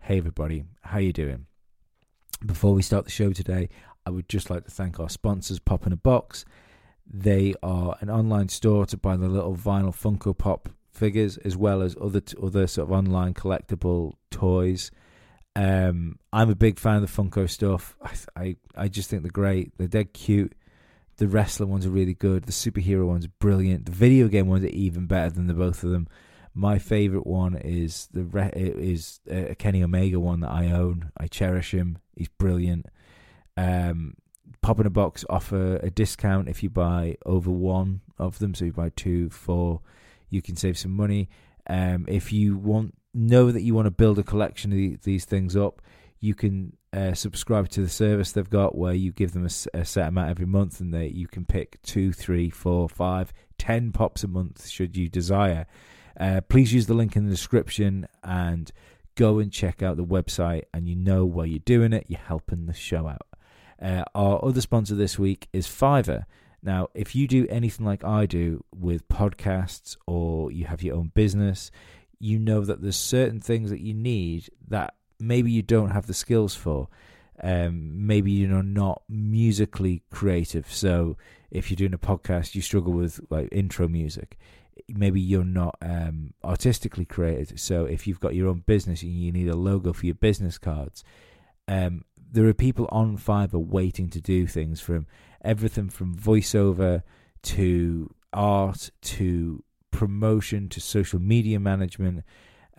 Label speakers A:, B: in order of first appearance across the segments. A: Hey everybody, how you doing? Before we start the show today, I would just like to thank our sponsors, Pop in a Box. They are an online store to buy the little vinyl Funko Pop figures, as well as other other sort of online collectible toys. Um, I'm a big fan of the Funko stuff. I, th- I I just think they're great. They're dead cute. The wrestler ones are really good. The superhero ones are brilliant. The video game ones are even better than the both of them. My favorite one is the re- is uh, a Kenny Omega one that I own. I cherish him. He's brilliant. Um, Pop in a box offer a discount if you buy over one of them. So you buy two, four, you can save some money. Um, if you want know that you want to build a collection of the- these things up, you can uh, subscribe to the service they've got where you give them a, s- a set amount every month, and they you can pick two, three, four, five, ten pops a month should you desire. Uh, please use the link in the description and go and check out the website, and you know where you're doing it. You're helping the show out. Uh, our other sponsor this week is Fiverr. Now, if you do anything like I do with podcasts or you have your own business, you know that there's certain things that you need that maybe you don't have the skills for. Um, maybe you're not musically creative. So if you're doing a podcast, you struggle with like intro music. Maybe you're not um, artistically creative. So if you've got your own business and you need a logo for your business cards, um, there are people on Fiverr waiting to do things from everything from voiceover to art to promotion to social media management,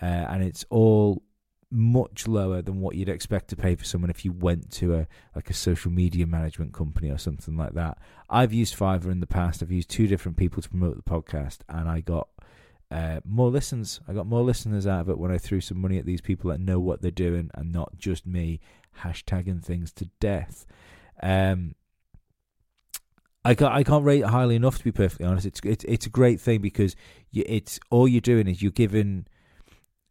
A: uh, and it's all much lower than what you'd expect to pay for someone if you went to a like a social media management company or something like that. I've used Fiverr in the past. I've used two different people to promote the podcast, and I got uh, more listens. I got more listeners out of it when I threw some money at these people that know what they're doing and not just me hashtagging things to death. Um, I can't, I can't rate it highly enough to be perfectly honest. It's it's, it's a great thing because you, it's all you're doing is you're giving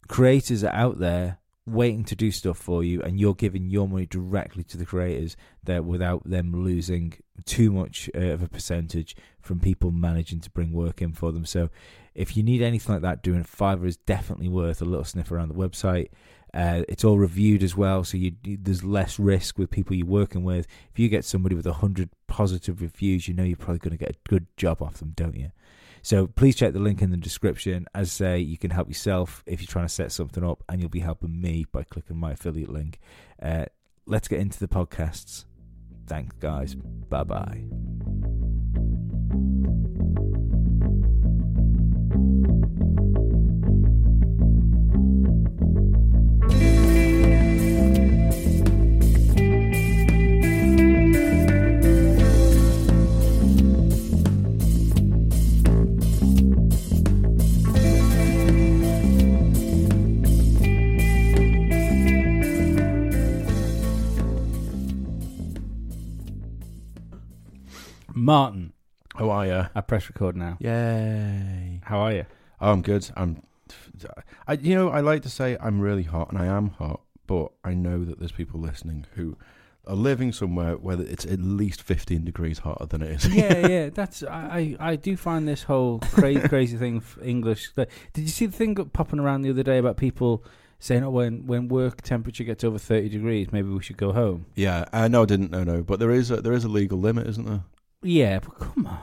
A: creators that are out there waiting to do stuff for you, and you're giving your money directly to the creators there without them losing too much uh, of a percentage from people managing to bring work in for them. So if you need anything like that, doing Fiverr is definitely worth a little sniff around the website. Uh, it's all reviewed as well, so you there's less risk with people you're working with. If you get somebody with hundred positive reviews, you know you're probably going to get a good job off them, don't you? So please check the link in the description. As I say, you can help yourself if you're trying to set something up, and you'll be helping me by clicking my affiliate link. Uh, let's get into the podcasts. Thanks, guys. Bye bye.
B: Martin,
C: How are you?
B: I press record now.
C: Yay!
B: How are you?
C: Oh, I'm good. I'm. I, you know, I like to say I'm really hot, and I am hot, but I know that there's people listening who are living somewhere where it's at least 15 degrees hotter than it is.
B: yeah, yeah. That's I, I. I do find this whole crazy, crazy thing f- English. Did you see the thing that popping around the other day about people saying, "Oh, when when work temperature gets over thirty degrees, maybe we should go home."
C: yeah. I know. I didn't. No, no. But there is a, there is a legal limit, isn't there?
B: Yeah, but come on,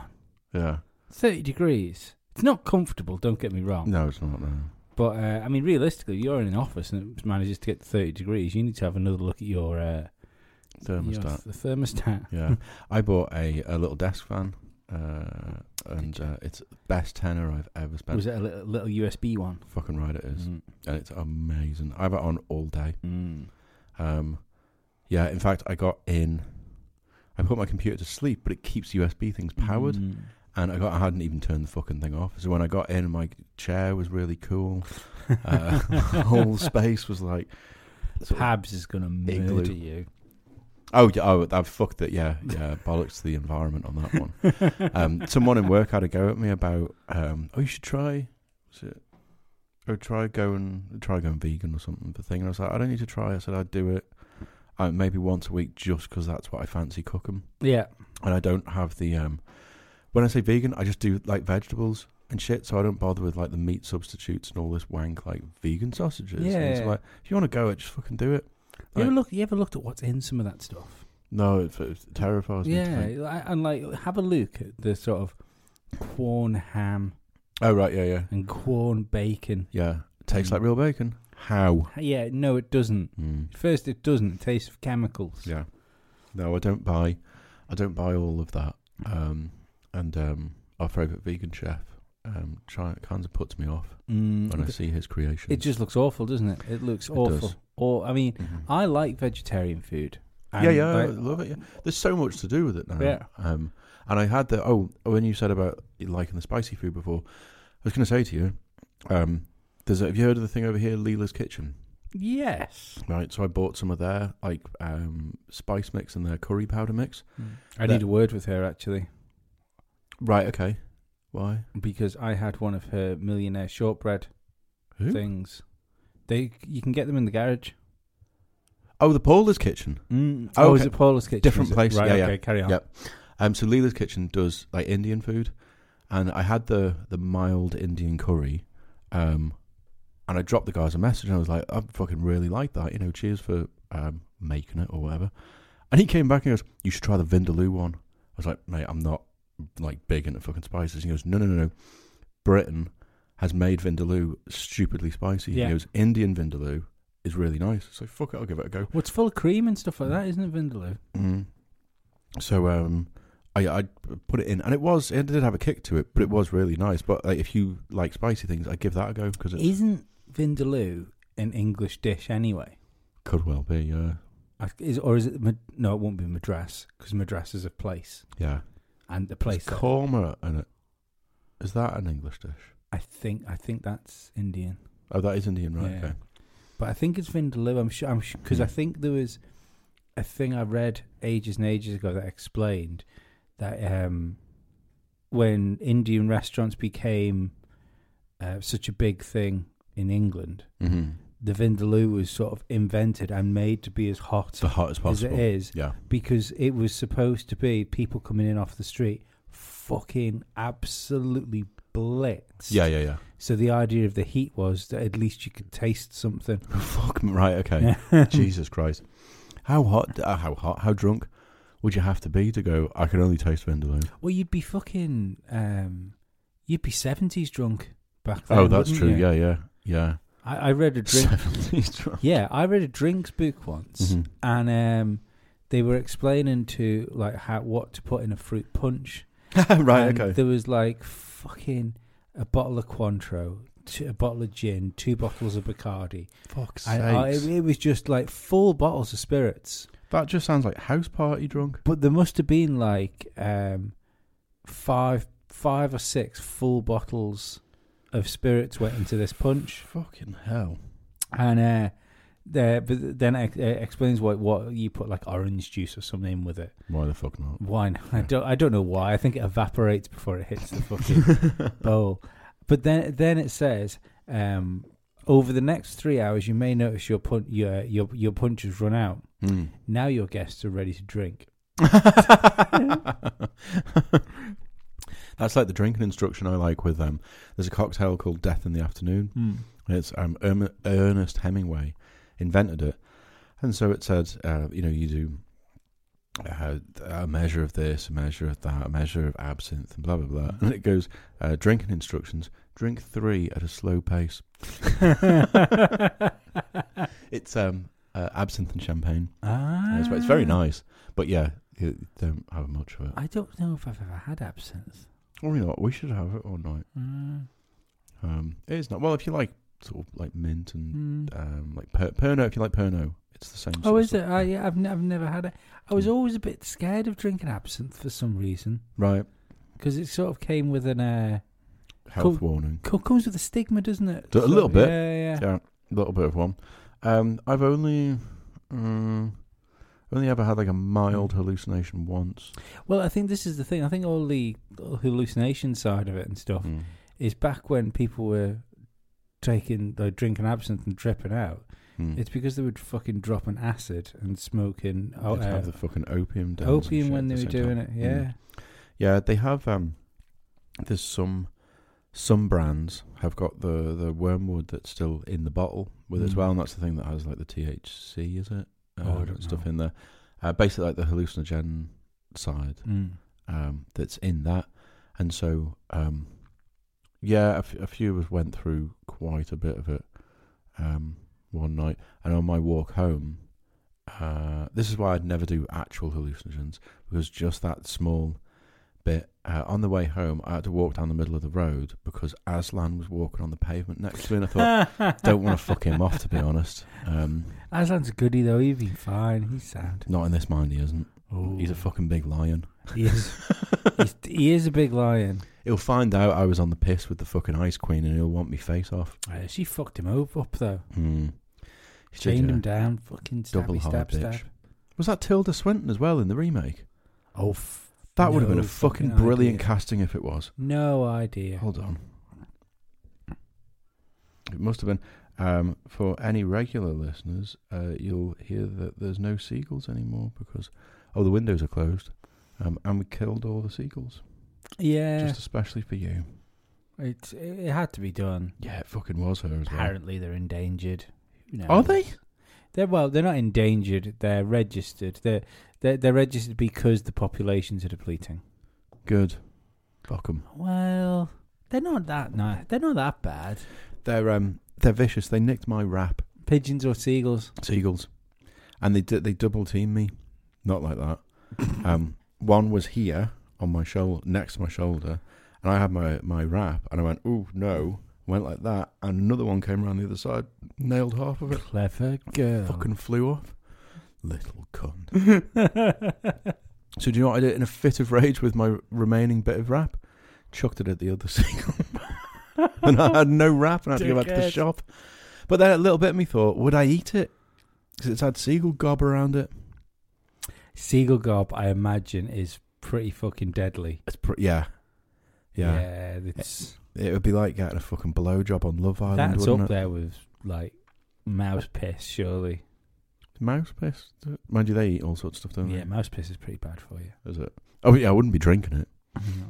C: Yeah.
B: thirty degrees. It's not comfortable. Don't get me wrong.
C: No, it's not. No.
B: But uh, I mean, realistically, you're in an office and it manages to get to thirty degrees. You need to have another look at your uh,
C: Thermostat.
B: Your, the thermostat.
C: Yeah. I bought a, a little desk fan, uh, and uh, it's the best tenner I've ever spent.
B: Was it a little, little USB one?
C: Fucking right, it is,
B: Mm.
C: and it's amazing. I've had it on all day.
B: Mm.
C: Um, yeah, in fact, I got in. I put my computer to sleep, but it keeps USB things
A: Mm-hmm.
C: powered,
B: Mm.
C: and I got I hadn't even turned the fucking thing off. So when I got in, my chair was really cool. Uh, the whole space was like, sort of-
B: Habs is going to
C: Igloo.
B: murder you.
C: oh yeah, oh I've fucked it. Yeah, yeah, bollocks to the environment on that one. Um, someone in work had a go at me about, um, oh, you should try, was it, oh, try going, try going vegan or something. The thing, and I was like, I don't need to try. I said I'd do it, uh, maybe once a week, just because that's what I fancy cooking.
B: yeah.
C: and I don't have the um when I say vegan, I just do like vegetables. and shit. So I don't bother with like the meat substitutes and all this wank like vegan sausages. And it's
A: Yeah.
C: like if you want to go it, just fucking do it.
A: You ever
C: Like-
A: look? You ever looked at what's in some of that stuff?
C: No, it, it terrifies me. to
A: Yeah,
C: think.
A: li- and like have a look at the sort of corn ham
C: Oh right, yeah, yeah,
A: and corn bacon.
C: yeah. It tastes
A: Mm.
C: like real bacon. How?
A: Yeah, no, it doesn't.
C: Mm.
A: First, it doesn't. It tastes of chemicals.
C: Yeah. No, I don't buy. I don't buy all of that. Um, and um, our favorite vegan chef um, try, kind of puts me off
A: Mm,
C: when I
A: th-
C: see his creation.
A: it just looks awful, doesn't it? It looks
C: It
A: awful.
C: does.
A: Or I mean,
C: Mhm.
A: I like vegetarian food.
C: yeah,
A: And,
C: yeah, I
A: like,
C: love it. Yeah. There's so much to do with it now.
A: Yeah.
C: Um, and I had the oh when you said about liking the spicy food before, I was going to say to you, um, there's a, have you heard of the thing over here, Leela's Kitchen?
A: Yes.
C: Right. So I bought some of their like um, spice mix and their curry powder mix.
A: I
C: Hmm. That-
A: need a word with her actually
C: Right. Okay. Why?
A: because I had one of her millionaire shortbread
C: Who?
A: things. They you can get them in the garage.
C: Oh, the Paula's Kitchen.
A: Mm.
C: Oh,
A: Oh, is
C: okay.
A: it Paula's kitchen?
C: Different
A: is it?
C: place.
A: Right,
C: Yeah, yeah.
A: okay, carry on.
C: Yep. Um, so Leela's Kitchen does like Indian food, and I had the the mild Indian curry, um, and I dropped the guys a message, and I was like, I fucking really like that, you know, cheers for um, making it or whatever. And he came back and he goes, you should try the Vindaloo one. I was like, mate, I'm not like big into fucking spices. He goes, no, no, no, no, Britain has made Vindaloo stupidly spicy.
A: Yeah.
C: He goes, Indian Vindaloo is really nice. So fuck it, I'll give it a go.
A: What's full of cream and stuff like that, isn't it, Vindaloo?
C: Mm. So um, I I put it in, and it was it did have a kick to it, but it was really nice. But like, if you like spicy things, I give that a go because it
A: Isn't Vindaloo an English dish anyway?
C: could well be. uh, Yeah,
A: I- Is or is it? Mad- No, it won't be Madras because Madras is a place
C: yeah.
A: and the
C: Place
A: place. that-
C: korma in it. Is that an English dish?
A: I think I think that's Indian,
C: Oh, that is Indian, right?
A: Yeah.
C: Okay.
A: but I think it's Vindaloo. I'm sure. I'm because I
C: Hmm.
A: think there was a thing I read ages and ages ago that explained that um, when Indian restaurants became uh, such a big thing in England,
C: Mm-hmm.
A: the Vindaloo was sort of invented and made to be as hot
C: It's the hottest
A: as
C: possible.
A: it is
C: Yeah.
A: because it was supposed to be people coming in off the street fucking absolutely blitzed.
C: Yeah, yeah, yeah.
A: So the idea of the heat was that at least you could taste something.
C: Fuck. me, Right. Okay. Jesus Christ. How hot? Uh, how hot? How drunk would you have to be to go? I can only taste vindaloo.
A: Well, you'd be fucking, um, you'd be seventies drunk back then.
C: Oh, that's
A: wouldn't
C: true.
A: you?
C: Yeah, yeah, yeah.
A: I, I read a drink.
C: Seventies drunk.
A: yeah, I read a drinks book once,
C: Mhm.
A: and um, they were explaining to like how what to put in a fruit punch.
C: right.
A: And
C: Okay.
A: There was like fucking a bottle of Cointreau, two, a bottle of gin, two bottles of Bacardi.
C: Fuck's
A: And I, it, it was just like full bottles of spirits.
C: that just sounds like house party drunk.
A: But there must have been like um, five, five or six full bottles of spirits went into this punch,
C: Fucking hell.
A: and uh, there. But then it, it explains why what you put like orange juice or something in with it.
C: Why the fuck not?
A: Wine. I don't. I don't know why. I think it evaporates before it hits the fucking bowl. But then then it says um, over the next three hours you may notice your punch your your your punch has run out.
C: Mm.
A: Now your guests are ready to drink.
C: That's like the drinking instruction I like with them. There's a cocktail called Death in the Afternoon. It's um, Erm- Ernest Hemingway invented it, and so it said, uh, you know, you do uh, a measure of this, a measure of that, a measure of absinthe, and blah blah blah.
A: Mm-hmm.
C: And it goes, uh, drinking instructions: drink three at a slow pace. It's um, uh, absinthe and champagne. Uh,
A: ah,
C: It's- It's very nice, but yeah, you don't have much of it.
A: I don't know if I've ever had absinthe. Mm-hmm.
C: Or you know, what, we should have it all night. Um, it is not well if you like sort of like mint and
A: Mm.
C: um, like per- Pernod. If you like Pernod, it's the same.
A: Oh,
C: sort of
A: is it?
C: stuff.
A: I, yeah, I've, n- I've never had it. I
C: Hmm.
A: was always a bit scared of drinking absinthe for some reason
C: right?
A: because it sort of came with an uh,
C: Health
A: Cool.
C: warning.
A: co- comes with a stigma, doesn't it?
C: Do- a little bit.
A: Yeah, yeah.
C: Yeah, a little bit of one. Um, I've only um, only ever had like a mild
A: Hmm.
C: hallucination once.
A: Well, I think this is the thing. I think all the hallucination side of it and stuff
C: Mm.
A: is back when people were taking, like, drinking absinthe and tripping out.
C: Mm.
A: It's because they were fucking dropping acid and smoking oh,
C: They'd have
A: uh,
C: the fucking opium. dens and
A: opium
C: shit
A: when
C: at
A: they
C: the Hmm.
A: were
C: same time.
A: doing it. Yeah.
C: Yeah, they have. Um, there's some some brands have got the the wormwood that's still in the bottle with it as
A: Mm.
C: well, and that's the thing that has like the THC, is it? Uh,
A: Oh, I don't
C: stuff
A: know.
C: in there. Uh, basically, like the hallucinogen side
A: Mm.
C: um, that's in that, and so um, yeah, a, f- a few of us went through quite a bit of it um, one night, and on my walk home. Uh, this is why I'd never do actual hallucinogens because just that small bit uh, on the way home, I had to walk down the middle of the road because Aslan was walking on the pavement next to me, and I thought, don't want to fuck him off, to be honest. Um,
A: Aslan's a goodie though. He'd be fine. He's sound.
C: not in this mind, he isn't.
A: Oh.
C: He's a fucking big lion.
A: He is. he's, he is a big lion.
C: He'll find out I was on the piss with the fucking ice queen, and he'll want me face off.
A: Uh, she fucked him over up though.
C: Mm. She did,
A: Chained
C: yeah.
A: him down. Fucking stabby,
C: Double hard
A: stab,
C: bitch.
A: stab.
C: Was that Tilda Swinton as well in the remake?
A: Oh, f-
C: That would have
A: No
C: been a fucking
A: fucking
C: brilliant
A: idea.
C: casting if it was.
A: no idea.
C: Hold on. It must have been. Um, for any regular listeners, uh, you'll hear that there's no seagulls anymore because, oh, the windows are closed. Um, and we killed all the seagulls,
A: Yeah,
C: just especially for you.
A: it's it, it had to be done.
C: Yeah, it fucking was her as well.
A: Apparently, they're endangered. Who
C: Are
A: knows?
C: they?
A: They're well, they're not endangered. They're registered. They're they're, they're registered because the populations are depleting.
C: Good. Fuck 'em.
A: Well, they're not that nice. They're not that bad.
C: They're um they're vicious. They nicked my wrap.
A: Pigeons or seagulls?
C: Seagulls, and they d- they double team me. Not like that. um, one was here on my shoulder, next to my shoulder, and I had my my wrap, and I went, "Ooh, no!" Went like that, and another one came around the other side, nailed half of it,
A: Clever girl.
C: fucking flew off. Little cunt.
A: Fucking.
C: So do you know what I did? In a fit of rage with my remaining bit of wrap, chucked it at the other seagull, and I had no wrap, and I had to go back to the
A: Dickhead.
C: shop. But then a little bit of me thought, would I eat it? Because it's had seagull gob around it.
A: Seagull gob, I imagine, is pretty fucking deadly.
C: It's pr- yeah. yeah,
A: it's
C: It would be like getting a fucking blowjob on Love Island,
A: that's
C: wouldn't
A: up
C: it?
A: there with like mouse piss, surely.
C: Mouse piss. Mind you, they eat all sorts of stuff, don't
A: Yeah,
C: they?
A: mouse piss is pretty bad for you.
C: Is it? Oh yeah, I wouldn't be drinking it.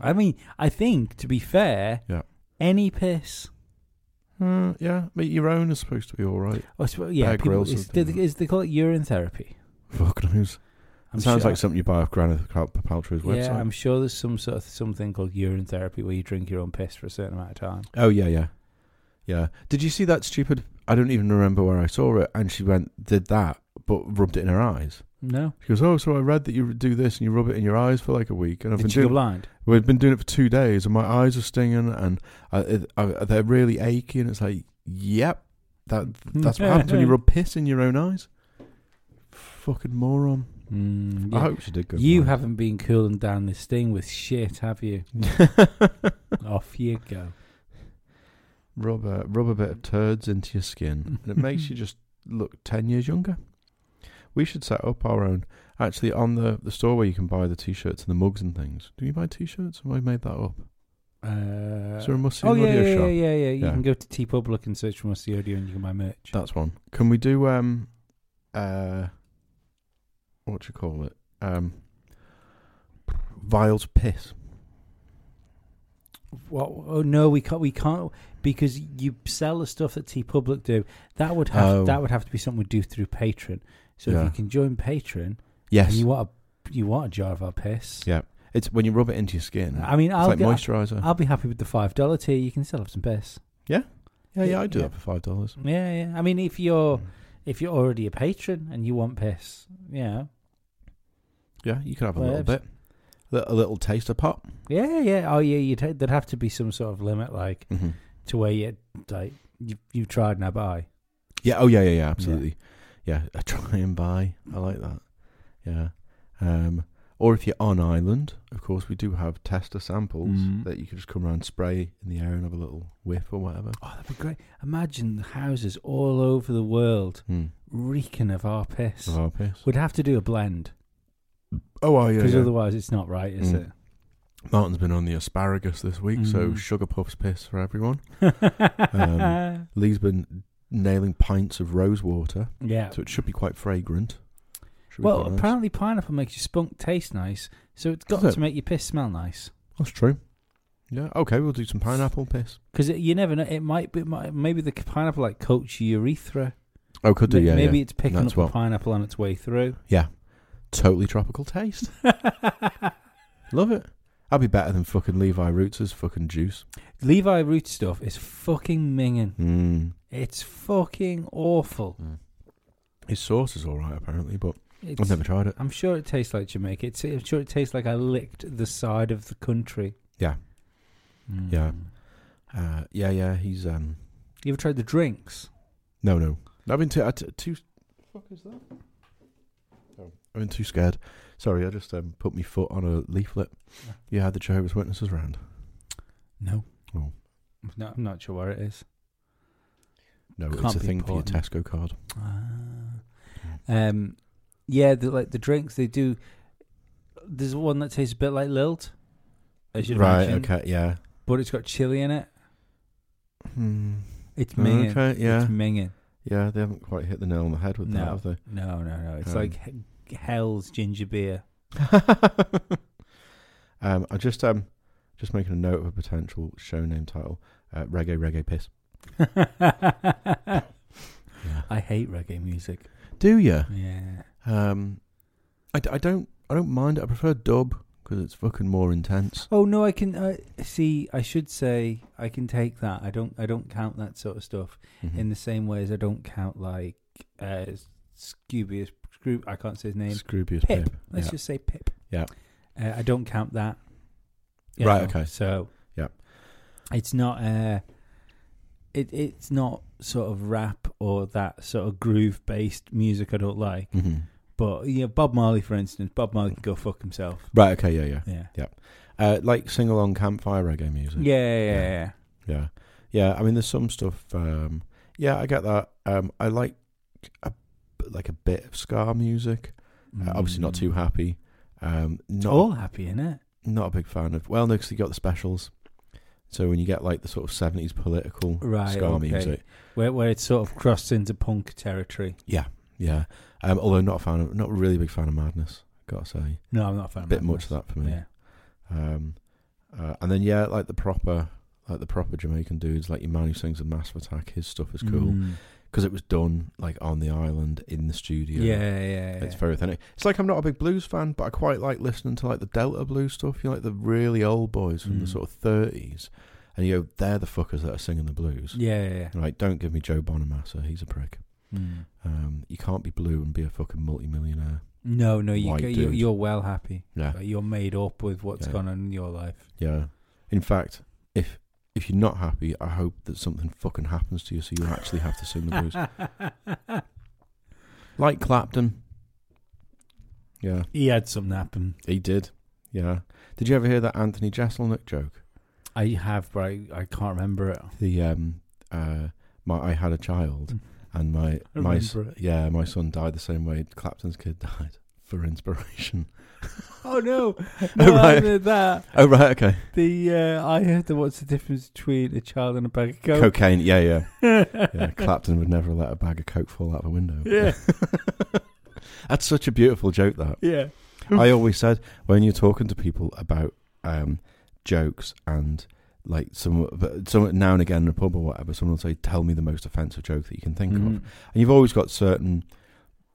A: I mean, I think to be fair,
C: Yeah.
A: any piss.
C: Uh, yeah, but your own is supposed to be all right.
A: I suppose- yeah,
C: Bear
A: people,
C: Grylls
A: is,
C: would
A: do
C: do
A: they,
C: that.
A: is they call it urine therapy?
C: Fuck knows.
A: I'm
C: Sounds
A: sure-
C: like something you buy off Gwyneth Paltrow's website.
A: Yeah, I'm sure there's some sort of something called urine therapy where you drink your own piss for a certain amount of time.
C: Oh yeah, yeah, yeah. Did you see that stupid? I don't even remember where I saw it. And she went, did that, but rubbed it in her eyes.
A: No,
C: She goes, oh, so I read that you do this and you rub it in your eyes for like a week, and I've
A: did
C: been
A: she go
C: doing.
A: blind?
C: We've been doing it for two days, and my eyes are stinging, and I, it, I, they're really achy, and it's like, yep, that
A: Hmm.
C: that's what happens when you rub piss in your own eyes. Fucking moron.
A: Mm,
C: I
A: yeah.
C: hope she did go.
A: You haven't been cooling down this thing with shit, have you?
C: have
A: Off you go.
C: rub a, rub a bit of turds into your skin, and it makes you just look ten years younger. We should set up our own. Actually, on the the store where you can buy the t-shirts and the mugs and things. Do you buy t-shirts? Have I made that up?
A: Uh,
C: Is there a must see
A: oh yeah,
C: audio
A: yeah,
C: shop?
A: yeah, yeah, yeah. You
C: Yeah.
A: can go to T Public and search for Musty Audio, and you can buy merch.
C: That's one. Can we do um uh what you call it? Um Vials piss.
A: What? Oh no, we can't. We can't because you sell the stuff that T Public do. That would have
C: Oh.
A: that would have to be something we do through Patreon. So if
C: Yeah.
A: you can join Patreon
C: Yes.
A: and you want a you want a jar of our piss,
C: Yeah. it's when you rub it into your skin.
A: I mean, I'll
C: it's like
A: get-
C: moisturizer.
A: I'll be happy with the five dollar tier. You can still have some piss.
C: yeah, yeah, I do
A: yeah. Oh.
C: that for five dollars.
A: Yeah, yeah. I mean, if you're if you're already a patron and you want piss, yeah,
C: Yeah, you could have a
A: Well,
C: little bit. Li- A little taster pop.
A: yeah, yeah. Oh yeah, you'd ha- there'd have to be some sort of limit, like
C: Mm-hmm.
A: to where you like you you've tried now, buy.
C: Yeah, oh yeah, yeah, yeah, absolutely. Yeah. a try and buy. I like that. Yeah. Um or if you're on island, of course, we do have tester samples
A: Mm.
C: that you can just come around, spray in the air, and have a little whiff or whatever.
A: Oh, that'd be great. Imagine the houses all over the world
C: Hmm.
A: reeking of our piss.
C: Of our piss.
A: We'd have to do a blend
C: Oh, oh yeah.
A: because
C: yeah.
A: otherwise it's not right, is
C: Mm. Martin's been on the asparagus this week, so
A: Mm.
C: sugar puffs piss for everyone.
A: it?
C: Um, Lee's been nailing pints of rose water,
A: yeah.
C: so it should be quite fragrant. Should be
A: Well,
C: quite nice.
A: apparently pineapple makes your spunk taste nice, so it's got
C: Does it?
A: to make your piss smell nice.
C: that's true. Yeah. Okay, we'll do some pineapple piss.
A: Because you never know. It might be might, maybe the pineapple like coats your urethra.
C: Oh, could do.
A: Ma-
C: Yeah.
A: maybe
C: yeah.
A: it's picking
C: That's
A: up the
C: what-
A: pineapple on its way through.
C: totally tropical taste. Love it. I'd be better than fucking Levi Roots' fucking juice.
A: Levi root stuff is fucking minging.
C: Mm.
A: It's fucking awful.
C: His sauce is all right apparently, but
A: It's,
C: I've never tried it.
A: I'm sure it tastes like Jamaica. It's, I'm sure it tastes like I licked the side of the country.
C: Yeah.
A: Mm.
C: Yeah. Uh, yeah, yeah. He's um.
A: You ever tried the drinks?
C: No, no. I've been too. I t- too. Fuck is that? Oh, I've been too scared. Sorry, I just um, put my foot on a leaflet. You had the Jehovah's Witnesses round.
A: No.
C: Oh.
A: No, I'm not sure where it is.
C: No,
A: Can't
C: it's a
A: be
C: thing for your
A: important.
C: Tesco card.
A: Um, yeah, the, like the drinks they do. There's one that tastes a bit like Lilt, as you
C: right.
A: imagine,
C: Okay. Yeah.
A: but it's got chili in it.
C: Hmm.
A: It's minging.
C: Okay. Yeah.
A: It's minging.
C: Yeah. They haven't quite hit the nail on the head with
A: No.
C: that, have they?
A: No, no, no. It's
C: Um,
A: like he- Hell's ginger beer.
C: um, I just um, just making a note of a potential show name title: uh, Reggae Reggae Piss.
A: I
C: Yeah.
A: hate reggae music.
C: Do you?
A: Yeah.
C: Um, I, d- I don't I don't mind. it. I prefer dub because it's fucking more intense.
A: Oh no, I can uh, see. I should say I can take that. I don't. I don't count that sort of stuff
C: Hmm.
A: in the same way as I don't count like uh, Scoobius. Scroob. I can't say his name.
C: Scroobius
A: Pip.
C: Pip.
A: Let's
C: Yeah.
A: just say Pip.
C: Yeah.
A: Uh, I don't count that. You
C: Right,
A: know,
C: okay.
A: So.
C: Yeah.
A: It's not. Uh, it it's not sort of rap or that sort of groove based music I don't like.
C: Mhm.
A: But you know, Bob Marley, for instance, Bob Marley can go fuck himself.
C: Right. Okay. Yeah. Yeah.
A: Yeah.
C: Uh, like sing along campfire reggae music.
A: Yeah, yeah, yeah. yeah.
C: Yeah. Yeah. I mean, there's some stuff. Um, yeah, I get that. Um, I like a, like a bit of ska music. Uh, obviously, not
A: Mm.
C: too happy. Um, not
A: all happy in it.
C: not a big fan of. Well, no, because you got the specials. So when you get like the sort of seventies political
A: Right,
C: ska
A: okay.
C: music,
A: Where where it sort of crossed into punk territory.
C: yeah. Um, although not a fan of, not really big fan of Madness. Gotta say,
A: No, I'm not a fan.
C: a
A: of
C: bit
A: Madness.
C: much of that for me.
A: Yeah.
C: Um, uh, and then yeah, like the proper, like the proper Jamaican dudes, like your man who sings a Massive Attack. His stuff is cool
A: Mm.
C: because it was done like on the island in the studio.
A: Yeah, yeah, yeah.
C: It's very authentic. It's like I'm not a big blues fan, but I quite like listening to like the Delta blues stuff. You know, like the really old boys from the
A: Mm.
C: sort of thirties, and you go, they're the fuckers that are singing the blues.
A: yeah, yeah, yeah.
C: Like, don't give me Joe Bonamassa. He's a prick.
A: Mm.
C: Um, you can't be blue and be a fucking multimillionaire.
A: No, no, you,
C: White
A: ca- you
C: dude.
A: you're well happy.
C: Yeah,
A: Like, you're made up with what's
C: Yeah.
A: gone on in your life.
C: yeah. In fact, if if you're not happy, I hope that something fucking happens to you, so you actually have to sing the blues, like Clapton. Yeah,
A: he had something happen.
C: he did. Yeah. Did you ever hear that Anthony Jeselnik joke?
A: I have, but I, I can't remember it.
C: the um uh my I had a child
A: Mm.
C: and my
A: I
C: my s-
A: remember it.
C: yeah my son died the same way Clapton's kid died for inspiration.
A: Oh no!
C: No, I Right.
A: did that.
C: Oh right, okay.
A: The uh, I heard the what's the difference between a child and a bag of coke?
C: Cocaine, yeah, yeah, yeah. Clapton would never let a bag of coke fall out of a window.
A: yeah,
C: That's such a beautiful joke. That
A: yeah.
C: I always said when you're talking to people about um jokes and like some but some now and again in a pub or whatever, someone will say, "Tell me the most offensive joke that you can think of."
A: Mm.
C: And you've always got certain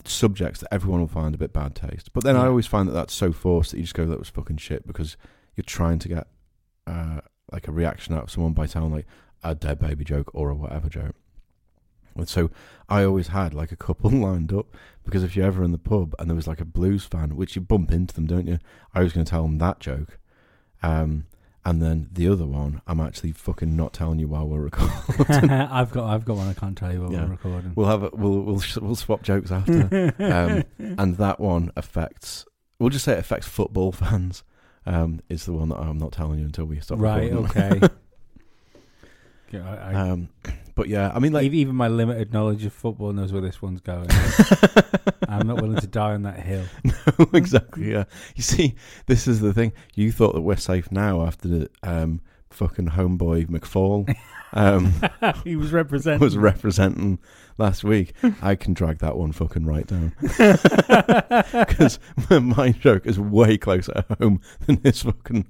C: subjects that everyone will find a bit bad taste. But then I
A: Yeah.
C: always find that that's so forced that you just go, that was fucking shit because you're trying to get uh, like a reaction out of someone by telling like a dead baby joke or a whatever joke. And so I always had like a couple lined up because if you're ever in the pub and there was like a blues fan, which you bump into them, don't you? I was going to tell them that joke. Um, and then the other one, I'm actually fucking not telling you while we're recording.
A: I've got I've got one I can't tell you while
C: Yeah.
A: we're recording.
C: we'll have a, we'll we'll we'll swap jokes after. um, and that one affects. We'll just say it affects football fans. Um, is the one that I'm not telling you until we stop.
A: right,
C: recording.
A: okay. Yeah, I- I-
C: Um, but yeah, I mean, like,
A: ev- even my limited knowledge of football knows where this one's going. I'm not willing to die on that hill.
C: no, exactly. Yeah, you see, this is the thing. You thought that we're safe now after the um, fucking homeboy McFall um,
A: he was representing.
C: was representing last week, I can drag that one fucking right down. Because my joke is way closer at home than this fucking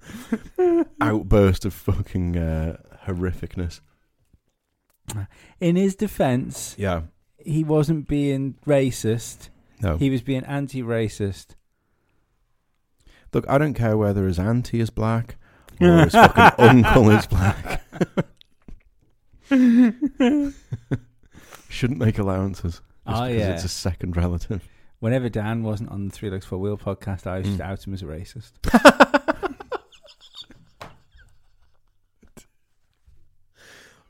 C: outburst of fucking uh, horrificness.
A: in his defense,
C: Yeah.
A: he wasn't being racist.
C: No.
A: He was being anti-racist.
C: Look, I don't care whether his auntie is black or his fucking uncle is black. Shouldn't make allowances. just
A: Oh,
C: because
A: yeah.
C: It's a second relative.
A: Whenever Dan wasn't on the Three Legs Four Wheel podcast, I used to
C: Mm.
A: out him as a racist.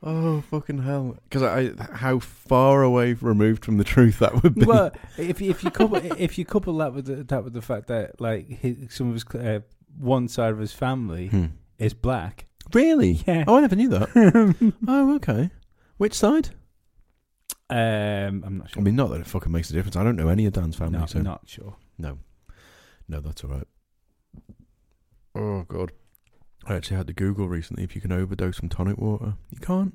C: Oh fucking hell! Because I, how far away removed from the truth that would be.
A: well, if you- if you couple if you couple that with the, that with the fact that like his, some of his uh, one side of his family
C: Hmm.
A: is black,
C: Really?
A: yeah.
C: Oh, I never knew that. oh, okay. Which side?
A: Um, I'm not
C: I
A: sure.
C: mean, not that it fucking makes a difference. I don't know any of Dan's family,
A: no,
C: so
A: not sure.
C: no, no, that's all right. Oh god, I actually had to Google recently if you can overdose from tonic water. You can't,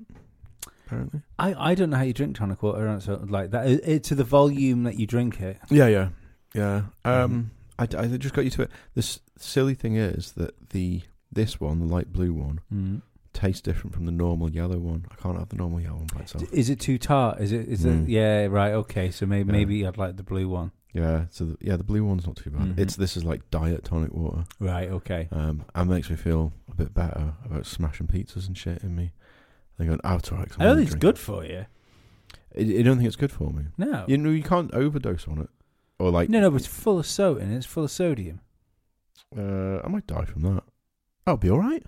C: apparently.
A: I, I don't know how you drink tonic water and so like that It- it- to the volume that you drink it.
C: Yeah, yeah, yeah.
A: Mm-hmm.
C: Um, I, I just got you to it. The s- silly thing is that the this one, the light blue one,
A: Mm.
C: tastes different from the normal yellow one. I can't have the normal yellow one by itself.
A: Is it too tart? Is it is
C: Mm.
A: it yeah right okay? So maybe
C: Yeah.
A: maybe I'd like the blue one.
C: Yeah, so the, yeah, the blue one's not too bad.
A: Mhm.
C: It's this is like diet tonic water.
A: Right okay.
C: Um, and makes me feel a bit better about smashing pizzas and shit in me. They go, oh, it's alright.
A: I don't think it's good for you.
C: I, I don't think it's good for me.
A: No.
C: You know, you can't overdose on it, or like,
A: no, no, but it's full of soda and it's full of sodium.
C: uh, I might die from that. I'll be all right.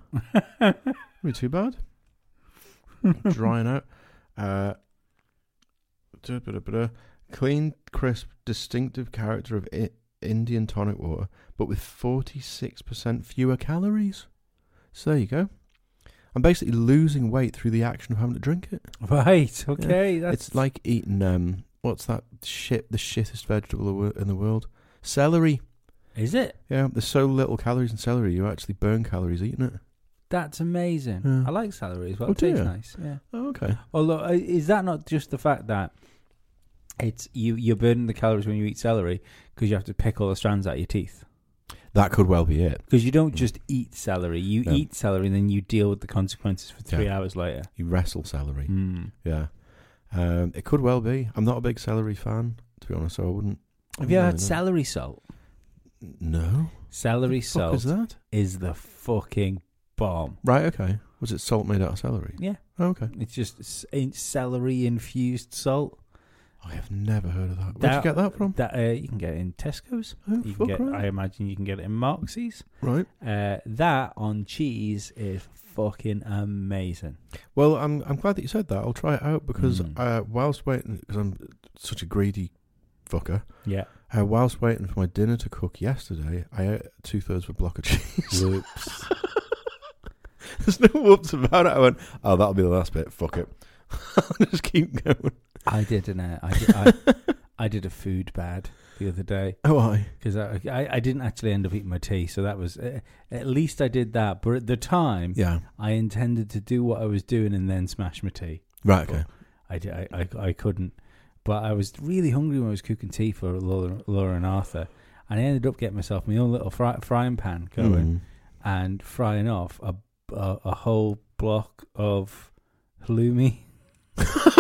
C: Won't be too bad. Drying out. Uh, duh, buh, duh, buh, duh. Clean, crisp, distinctive character of I- Indian tonic water, but with 46% fewer calories. So there you go. I'm basically losing weight through the action of having to drink it.
A: right. Okay. That's
C: It's like eating, um, what's that shit, the shittest vegetable the wo- in the world? Celery.
A: is it?
C: Yeah, there's so little calories in celery, you actually burn calories eating it.
A: That's amazing.
C: Yeah.
A: I like celery as well.
C: Oh,
A: it
C: do
A: tastes
C: ya?
A: nice. Yeah.
C: Oh, okay.
A: Although, uh, is that not just the fact that it's you? You're burning the calories when you eat celery because you have to pick all the strands out of your teeth.
C: That could well be it.
A: Because you don't
C: Mm.
A: just eat celery. You
C: No.
A: eat celery and then you deal with the consequences for three
C: Yeah.
A: hours later.
C: You wrestle celery.
A: Mm.
C: Yeah. Um, it could well be. I'm not a big celery fan, to be honest, so I wouldn't. I
A: Have you ever had
C: wouldn't really
A: celery salt?
C: know. No.
A: Celery
C: The fuck
A: salt
C: is
A: is,
C: that?
A: the fucking bomb.
C: Right, okay. Was it salt made out of celery?
A: Yeah,
C: Oh, okay.
A: it's just s- in celery infused salt.
C: I have never heard of that. Where'd you
A: That-
C: get that from?
A: That uh, you can get it in Tesco's.
C: Oh,
A: You can
C: fuck
A: get, I
C: right.
A: imagine you can get it in Marxies.
C: right.
A: Uh, that on cheese is fucking amazing.
C: Well, I'm I'm glad that you said that. I'll try it out because
A: Mm.
C: uh, whilst waiting, because I'm such a greedy fucker,
A: Yeah.
C: uh, whilst waiting for my dinner to cook yesterday, I ate two thirds of a block of cheese.
A: Whoops.
C: There's no whoops about it. I went, oh, that'll be the last bit. Fuck it. I'll just keep going.
A: I did an uh, I did, I, I did a food bad the other day
C: Oh, I.
A: because I, I I didn't actually end up eating my tea, so that was uh, at least I did that. But at the time,
C: Yeah.
A: I intended to do what I was doing and then smash my tea.
C: Right, okay.
A: I did, I, I I couldn't, but I was really hungry when I was cooking tea for Laura, Laura and Arthur, and I ended up getting myself my own little fry, frying pan going.
C: Mm.
A: and frying off a a, a whole block of halloumi.
C: fucking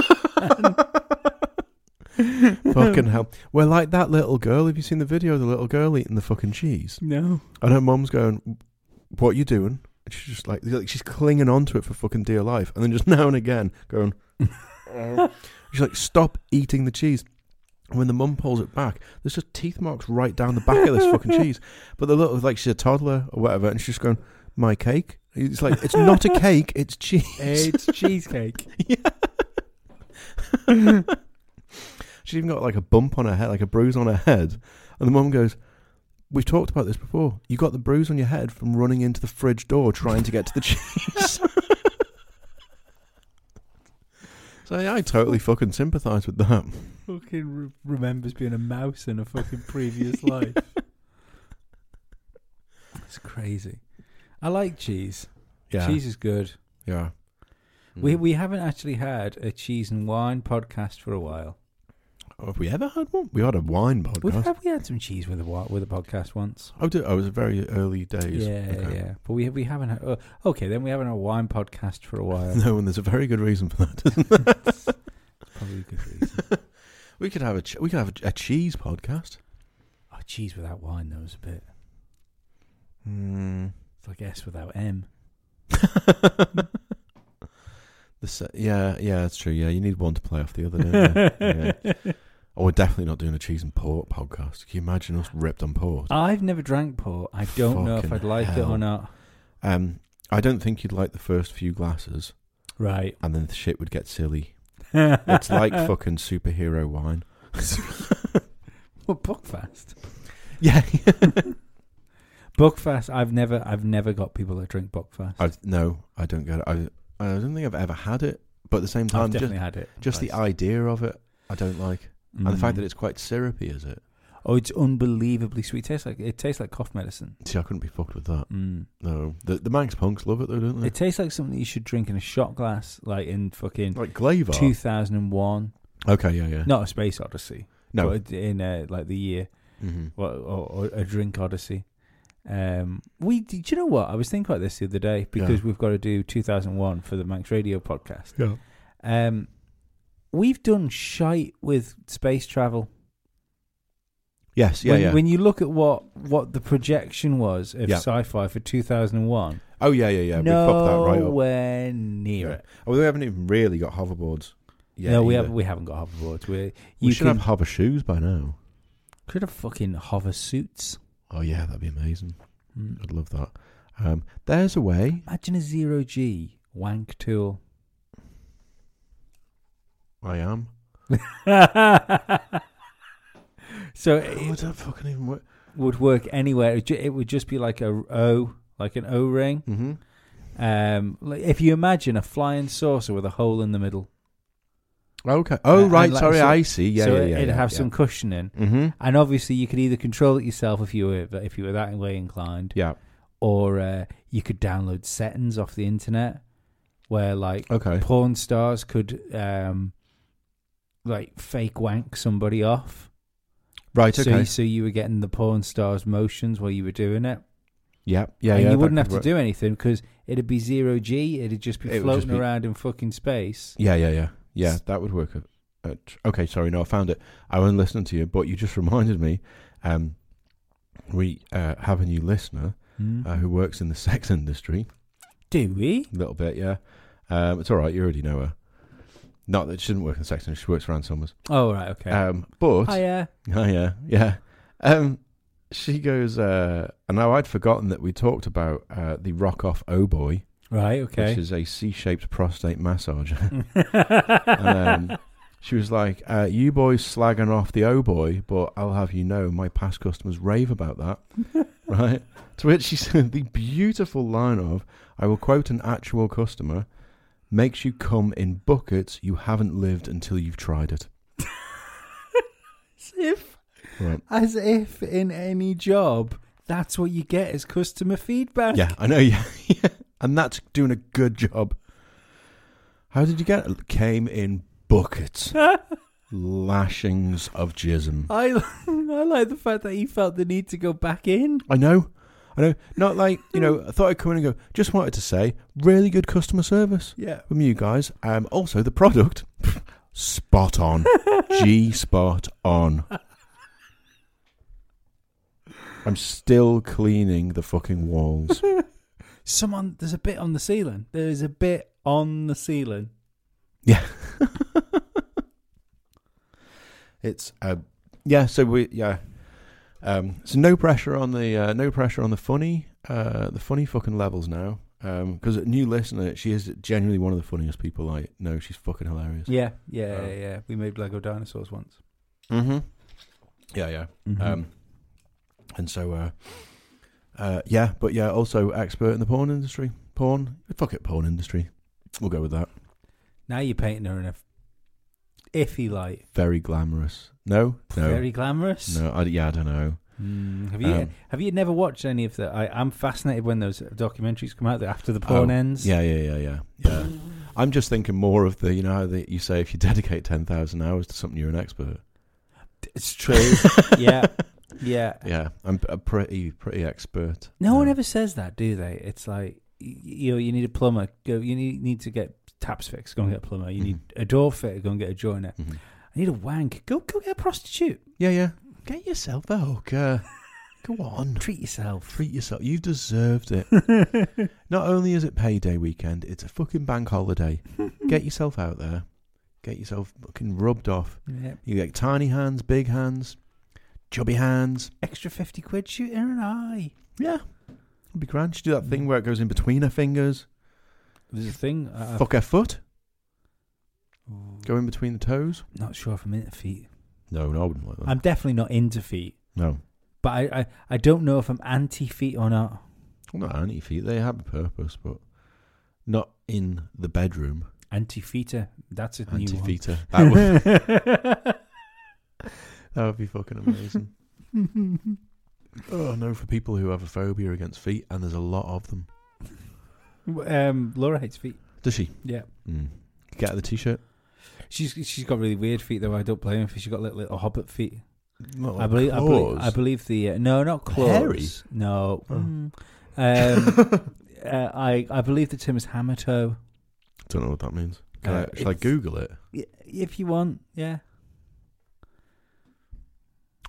C: hell. We're like that little girl. Have you seen the video of the little girl eating the fucking cheese?
A: No.
C: And her mum's going, What you doing? And she's just like, like, she's clinging onto it for fucking dear life. And then just now and again going, "Oh." She's like, Stop eating the cheese. And when the mum pulls it back, there's just teeth marks right down the back of this fucking cheese. But the little, like she's a toddler or whatever, and she's just going, My cake? It's like, It's not a cake, it's cheese.
A: It's cheesecake.
C: She's even got like a bump on her head, like a bruise on her head. And the mum goes, We've talked about this before. You got the bruise on your head from running into the fridge door trying to get to the cheese. so yeah, I totally fucking sympathise with that.
A: fucking re- remembers being a mouse in a fucking previous life. It's crazy. I like cheese.
C: Yeah.
A: Cheese is good.
C: Yeah.
A: We
C: Mm.
A: we haven't actually had a cheese and wine podcast for a while.
C: Oh, have we ever had one? We had a wine
A: We've
C: podcast.
A: had, we had some cheese with a wa- with a podcast once.
C: Oh, did, oh, it was very early days.
A: Yeah,
C: Okay.
A: yeah. But we we haven't. Had, uh, okay, then we haven't had a wine podcast for a while.
C: No, and there's a very good reason for that.
A: Probably a good reason.
C: we could have a che- we could have a, a cheese podcast.
A: Oh, cheese without wine though is a bit.
C: Mm.
A: It's like S without M.
C: the se- yeah, yeah, that's true. Yeah, you need one to play off the other. Don't you? yeah. Oh, we're definitely not doing a cheese and port podcast. Can you imagine us ripped on port?
A: I've never drank port. I don't know if
C: Fucking
A: I'd like it
C: hell.
A: or not.
C: Um, I don't think you'd like the first few glasses,
A: Right.
C: and then the shit would get silly. It's like fucking superhero wine.
A: Well, Buckfast.
C: Yeah,
A: Buckfast. I've never. I've never got people that drink Buckfast.
C: I no, I don't get it. I I don't think I've ever had it. But at the same
A: I've
C: time, just
A: definitely had it.
C: Um, just the
A: Christ.
C: idea of it, I don't like, and the
A: Mm.
C: fact that it's quite syrupy, is it?
A: Oh, it's unbelievably sweet. tastes like it tastes like cough medicine.
C: See, I couldn't be fucked with that.
A: Mm.
C: No, the the Manx punks love it though, don't they?
A: It tastes like something you should drink in a shot glass, like in fucking
C: like Glavar.
A: 2001.
C: Okay, yeah, yeah.
A: Not a space odyssey.
C: no.
A: but in uh, like the year
C: hmm
A: or, or, or a drink odyssey. Um, we do you know what I was thinking about this the other day because
C: Yeah.
A: we've got to do 2001 for the Manx Radio podcast.
C: Yeah.
A: Um, we've done shite with space travel.
C: Yes, yeah,
A: when,
C: yeah.
A: when you look at what what the projection was of
C: Yeah.
A: sci-fi for 2001,
C: oh, yeah, yeah, yeah. we fucked that right up.
A: nowhere near
C: Yeah.
A: it.
C: Oh, we haven't even really got hoverboards. yet
A: no, we
C: either.
A: haven't. We haven't got hoverboards. We you
C: We should
A: can,
C: have hover shoes by now.
A: could have fucking hover suits.
C: Oh yeah, that'd be amazing.
A: Mm.
C: I'd love that. Um, there's a way.
A: Imagine a zero G wank tool.
C: I am.
A: so
C: Oh,
A: it
C: that fucking even work?
A: would work anywhere. It would ju- It would just be like a O, like an O ring.
C: Mm-hmm.
A: Um, like if you imagine a flying saucer with a hole in the middle,
C: Okay. Oh
A: Uh,
C: right.
A: and like-
C: sorry,
A: so-
C: I see. Yeah,
A: so
C: yeah,
A: it-
C: yeah.
A: it'd
C: yeah,
A: have
C: yeah.
A: some cushioning.
C: Mm-hmm.
A: And obviously, you could either control it yourself if you were if you were that way inclined,
C: Yeah.
A: or uh, you could download settings off the internet, where like
C: Okay.
A: porn stars could um, like fake wank somebody off.
C: Right.
A: So,
C: Okay.
A: so you were getting the porn star's motions while you were doing it,
C: yeah. Yeah.
A: and you
C: yeah. that
A: wouldn't
C: could
A: have to
C: work.
A: do anything because it'd be zero g. It'd just be
C: It would
A: floating
C: just be-
A: around in fucking space.
C: Yeah, yeah, yeah, yeah.
A: S-
C: That would work. Uh, tr- okay, sorry, no, I found it. I wasn't listening to you, but you just reminded me. Um, we uh, have a new listener
A: Mm.
C: uh, who works in the sex industry.
A: Do we?
C: A little bit, yeah. Um, it's all right. You already know her. Not that she doesn't work in the sex industry. She works for Ann Summers.
A: Oh right, okay.
C: Um, but
A: Hiya.
C: Oh yeah, yeah. Um, she goes. Uh, and now I'd forgotten that we talked about uh, the rock off O boy,
A: Right, okay.
C: which is a C-shaped prostate massage.
A: um,
C: um, she was like, uh, "You boys slagging off the O boy, but I'll have you know, my past customers rave about that." right? To which she said the beautiful line of, "I will quote an actual customer." Makes you come in buckets. You haven't lived until you've tried it.
A: as if,
C: Right.
A: as if in any job, that's what you get is customer feedback.
C: Yeah, I know. Yeah, yeah. and that's doing a good job. How did you get? It came in buckets, lashings of jism.
A: I, I like the fact that he felt the need to go back in.
C: I know. I know. Not like, you know, I thought I'd come in and go, just wanted to say, really good customer service
A: Yeah.
C: from you guys. Um, also, the product, spot on. G spot on. I'm still cleaning the fucking walls.
A: Someone, there's a bit on the ceiling. There's a bit on the ceiling.
C: yeah. it's, uh, yeah, so we, yeah. Um, so no pressure on the uh, no pressure on the funny uh, the funny fucking levels now because a new listener she is genuinely one of the funniest people I know she's fucking hilarious
A: Yeah, yeah,
C: Oh.
A: yeah, yeah. We made Lego dinosaurs once.
C: mm-hmm. yeah yeah
A: Mm-hmm.
C: um, and so uh, uh, yeah but yeah also expert in the porn industry porn fuck it porn industry we'll go with that
A: now you're painting her in a f- iffy light.
C: very glamorous no no
A: Very glamorous.
C: no I, yeah I don't know
A: Mm, have you
C: Um,
A: have you never watched any of the? I, I'm fascinated when those documentaries come out that after the porn
C: Oh,
A: ends.
C: Yeah, yeah, yeah, yeah, yeah. I'm just thinking more of the, you know, how the, you say if you dedicate ten thousand hours to something, you're an expert.
A: it's true. yeah, yeah.
C: Yeah, I'm a pretty, pretty expert.
A: No one
C: Yeah.
A: ever says that, do they? It's like y- you know, you need a plumber. Go, you need need to get taps fixed. Go and get a plumber. You need
C: Mm-hmm.
A: a door fitter. Go and get a joiner.
C: Mhm.
A: I need a wank. Go go get a prostitute.
C: Yeah, yeah. Get yourself a hooker. Go on.
A: Treat yourself.
C: Treat yourself. You've deserved it. Not only is it payday weekend, it's a fucking bank holiday. Get yourself out there. Get yourself fucking rubbed off.
A: Yeah.
C: You get tiny hands, big hands, chubby hands.
A: Extra fifty quid. Shoot her an eye.
C: Yeah. It'd be grand. You do that thing where it goes in between her fingers.
A: There's a thing. I-
C: Fuck her foot.
A: I've-
C: Go in between the toes.
A: Not sure if I'm into feet.
C: No, no, I wouldn't like that.
A: I'm definitely not into feet,
C: no.
A: but I, I, I don't know if I'm anti feet or not.
C: I'm not anti feet. They have a purpose, but not in the bedroom.
A: Anti feeter. That's a new
C: Anti
A: one.
C: feeter. That would, that would be fucking amazing. Oh no, for people who have a phobia against feet, and there's a lot of them.
A: um, Laura hates feet.
C: Does she?
A: Yeah.
C: Mm. Get her the t-shirt.
A: She's she's got really weird feet though. I don't blame her. She's got little, little hobbit feet.
C: Not
A: I
C: like
A: believe I believe,
C: Oh, claws.
A: I believe the uh, no not claws.
C: Hairy?
A: No.
C: Oh.
A: Mm. Um, uh, I I believe the term is hammer toe.
C: Don't know what that means. Can
A: Uh,
C: I, should I
A: it's-
C: Google it?
A: Y- If you want, yeah.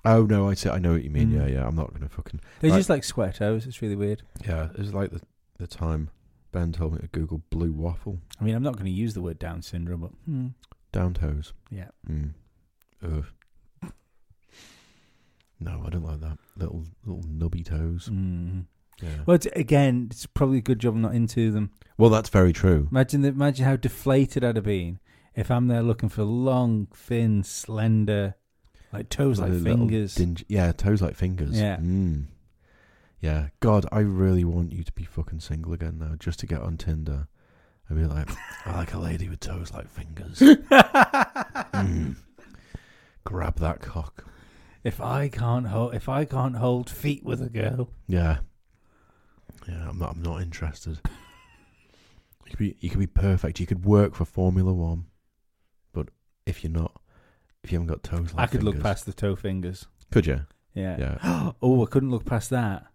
C: Oh no, I see. I know what you mean.
A: Mm.
C: Yeah, yeah. I'm not gonna fucking.
A: They're
C: Right.
A: just like square toes. It's really weird.
C: Yeah, it was like the the time Ben told me to Google blue waffle
A: I mean, I'm not going to use the word Down syndrome, but hmm.
C: down toes.
A: Yeah.
C: Mm. Ugh. No, I don't like that. Little little nubby toes. Mm-hmm.
A: Mm.
C: Yeah.
A: Well, it's, again, it's probably a good job I'm not into them.
C: Well, that's very true.
A: Imagine that. Imagine how deflated I'd have been if I'm there looking for long, thin, slender, like toes like
C: Little
A: fingers.
C: dingy- yeah, toes like fingers.
A: Yeah.
C: Mm. Yeah. God, I really want you to be fucking single again now, just to get on Tinder. I'd be like, I like a lady with toes like fingers. Mm. Grab that cock.
A: If I can't hold, if I can't hold feet with a girl,
C: Yeah. Yeah, I'm not. I'm not interested. You could be. You could be perfect. You could work for Formula One, but if you're not, if you haven't got toes like
A: I could look
C: fingers-
A: past the toe fingers.
C: Could you?
A: Yeah.
C: Yeah.
A: Oh, I couldn't look past that.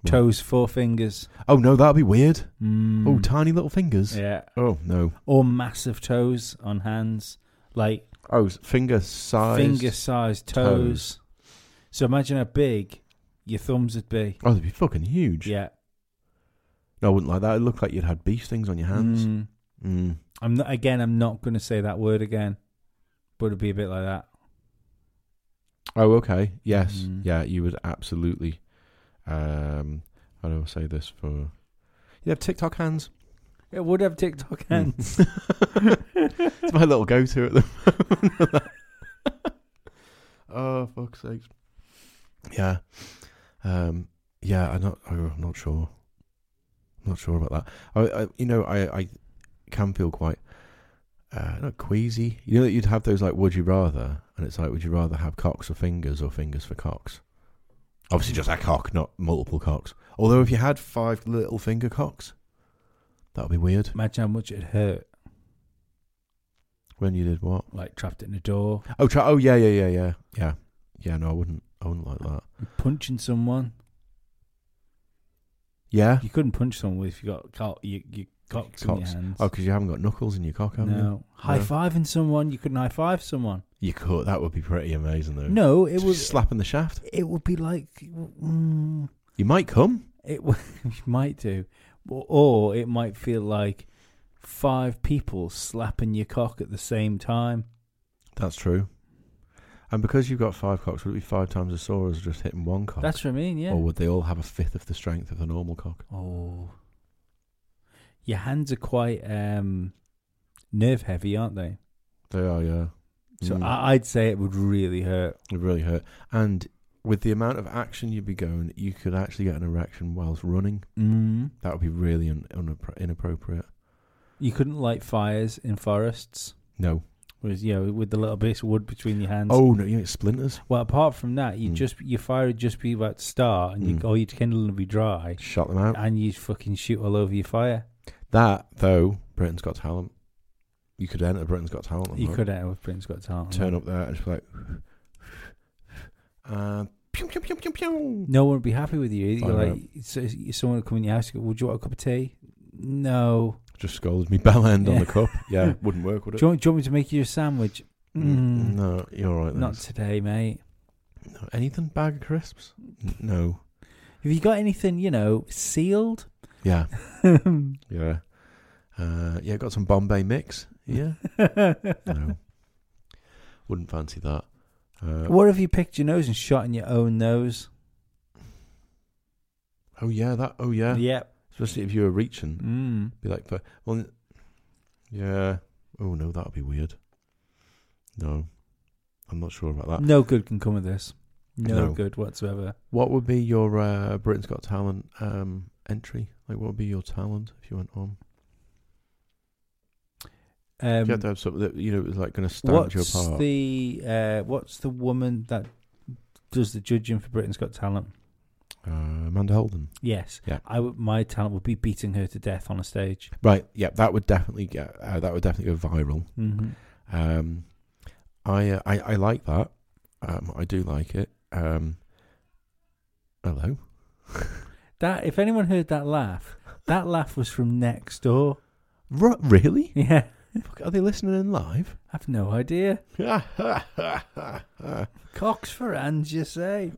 C: What?
A: Toes, four fingers.
C: Oh no, that'd be weird.
A: Mm.
C: Oh, tiny little fingers.
A: yeah.
C: Oh no.
A: Or massive toes on hands, like
C: Oh, s- finger size.
A: finger-sized toes. So imagine how big your thumbs would be.
C: Oh, they'd be fucking huge.
A: Yeah.
C: No, I wouldn't like that. It looked like you'd had bee stings on your hands.
A: Mm.
C: Mm.
A: I'm not, again. I'm not going to say that word again, but it'd be a bit like that.
C: Oh, okay. Yes.
A: Mm.
C: Yeah, you would absolutely. Um, how do I say this for? You have TikTok hands.
A: It would have TikTok
C: Hmm.
A: hands.
C: it's my little go-to at the moment. oh fuck's sakes! Yeah, um, yeah. I'm not. oh, I'm not sure. I'm not sure about that. I, I you know, I, I can feel quite uh, not queasy. You know that you'd have those like, would you rather? And it's like, would you rather have cocks for fingers or fingers for cocks? Obviously, just a cock, not multiple cocks. Although, if you had five little finger cocks, that would be weird.
A: Imagine how much it hurt,
C: When you did what?
A: like trapped in a door,
C: Oh, try, oh yeah, yeah, yeah, yeah, yeah, yeah. No, I wouldn't. I wouldn't like that.
A: punching someone.
C: Yeah.
A: You couldn't punch someone if you got caught. You you cocks, in your
C: Cocks.
A: hands.
C: Oh, because you haven't got knuckles in your cock, have you?
A: no, high fiving someone. You couldn't high five someone.
C: You could. That would be pretty amazing, though.
A: No, it
C: Just
A: would.
C: slapping the shaft.
A: It would be like. Mm,
C: You might come.
A: It w- it might do, or, or it might feel like five people slapping your cock at the same time.
C: That's true. And because you've got five cocks, would it be five times as sore as just hitting one cock?
A: That's what I mean. Yeah.
C: Or would they all have a fifth of the strength of the normal cock?
A: Oh. Your hands are quite um, nerve heavy, aren't they?
C: They are, yeah.
A: So ah.
C: Mm.
A: I, I'd say it would really hurt.
C: It really hurt. And with the amount of action you'd be going, you could actually get an erection whilst running.
A: Mm.
C: That would be really un- unappro- inappropriate.
A: You couldn't light fires in forests.
C: No.
A: Whereas you know, with the little bits of wood between your hands.
C: Oh no, you mean splinters?
A: Well, apart from that, you
C: Mm.
A: just your fire would just be about to start, and
C: Mm.
A: you, all your kindling would be dry,
C: Shut them out.
A: and you'd fucking shoot all over your fire.
C: That though, Britain's Got Talent. You could enter Britain's Got Talent.
A: You
C: right?
A: could enter with Prince Got Talent.
C: Uh-huh. turn up there and just be like, and pew pew pew pew pew.
A: No one would be happy with you. Either.
C: I
A: You're like, so if someone would come in your house. You go, would you want a cup of tea? No.
C: Just scolded me bell end on
A: Yeah.
C: the cup. Yeah, wouldn't work, would
A: Do
C: it?
A: you, want, do you want me to make you a sandwich? Mm,
C: No, you're all right.
A: not
C: Not
A: today, mate.
C: no, anything. Bag of crisps. N- No.
A: Have you got anything you know sealed?
C: Yeah, yeah, uh, yeah. Got some Bombay mix. Yeah, no. Wouldn't fancy that. Uh,
A: What if you picked your nose and shot in your own nose?
C: Oh yeah, that. Oh yeah.
A: Yep.
C: Especially if you were reaching,
A: Mm.
C: be like, but well, n- yeah. Oh no, that would be weird. No, I'm not sure about that.
A: No good can come of this. No,
C: Uh, No.
A: good whatsoever.
C: What would be your uh, Britain's Got Talent um, entry? Like, what would be your talent if you went on?
A: Um,
C: you have to have something that you know is like going to stand
A: what's
C: you apart.
A: the uh, what's the woman that does the judging for Britain's Got Talent?
C: Uh, Amanda Holden.
A: Yes.
C: Yeah.
A: I would, my talent would be beating her to death on a stage.
C: Right. Yeah, that would definitely get. Uh, that would definitely go viral.
A: Mm-hmm.
C: Um, I, uh, I I like that. Um, I do like it. Um, hello.
A: That if anyone heard that laugh, that laugh was from next door.
C: Ru- really?
A: Yeah.
C: Fuck, Are they listening in live?
A: I've no idea.
C: if
A: Cox for hands, you say?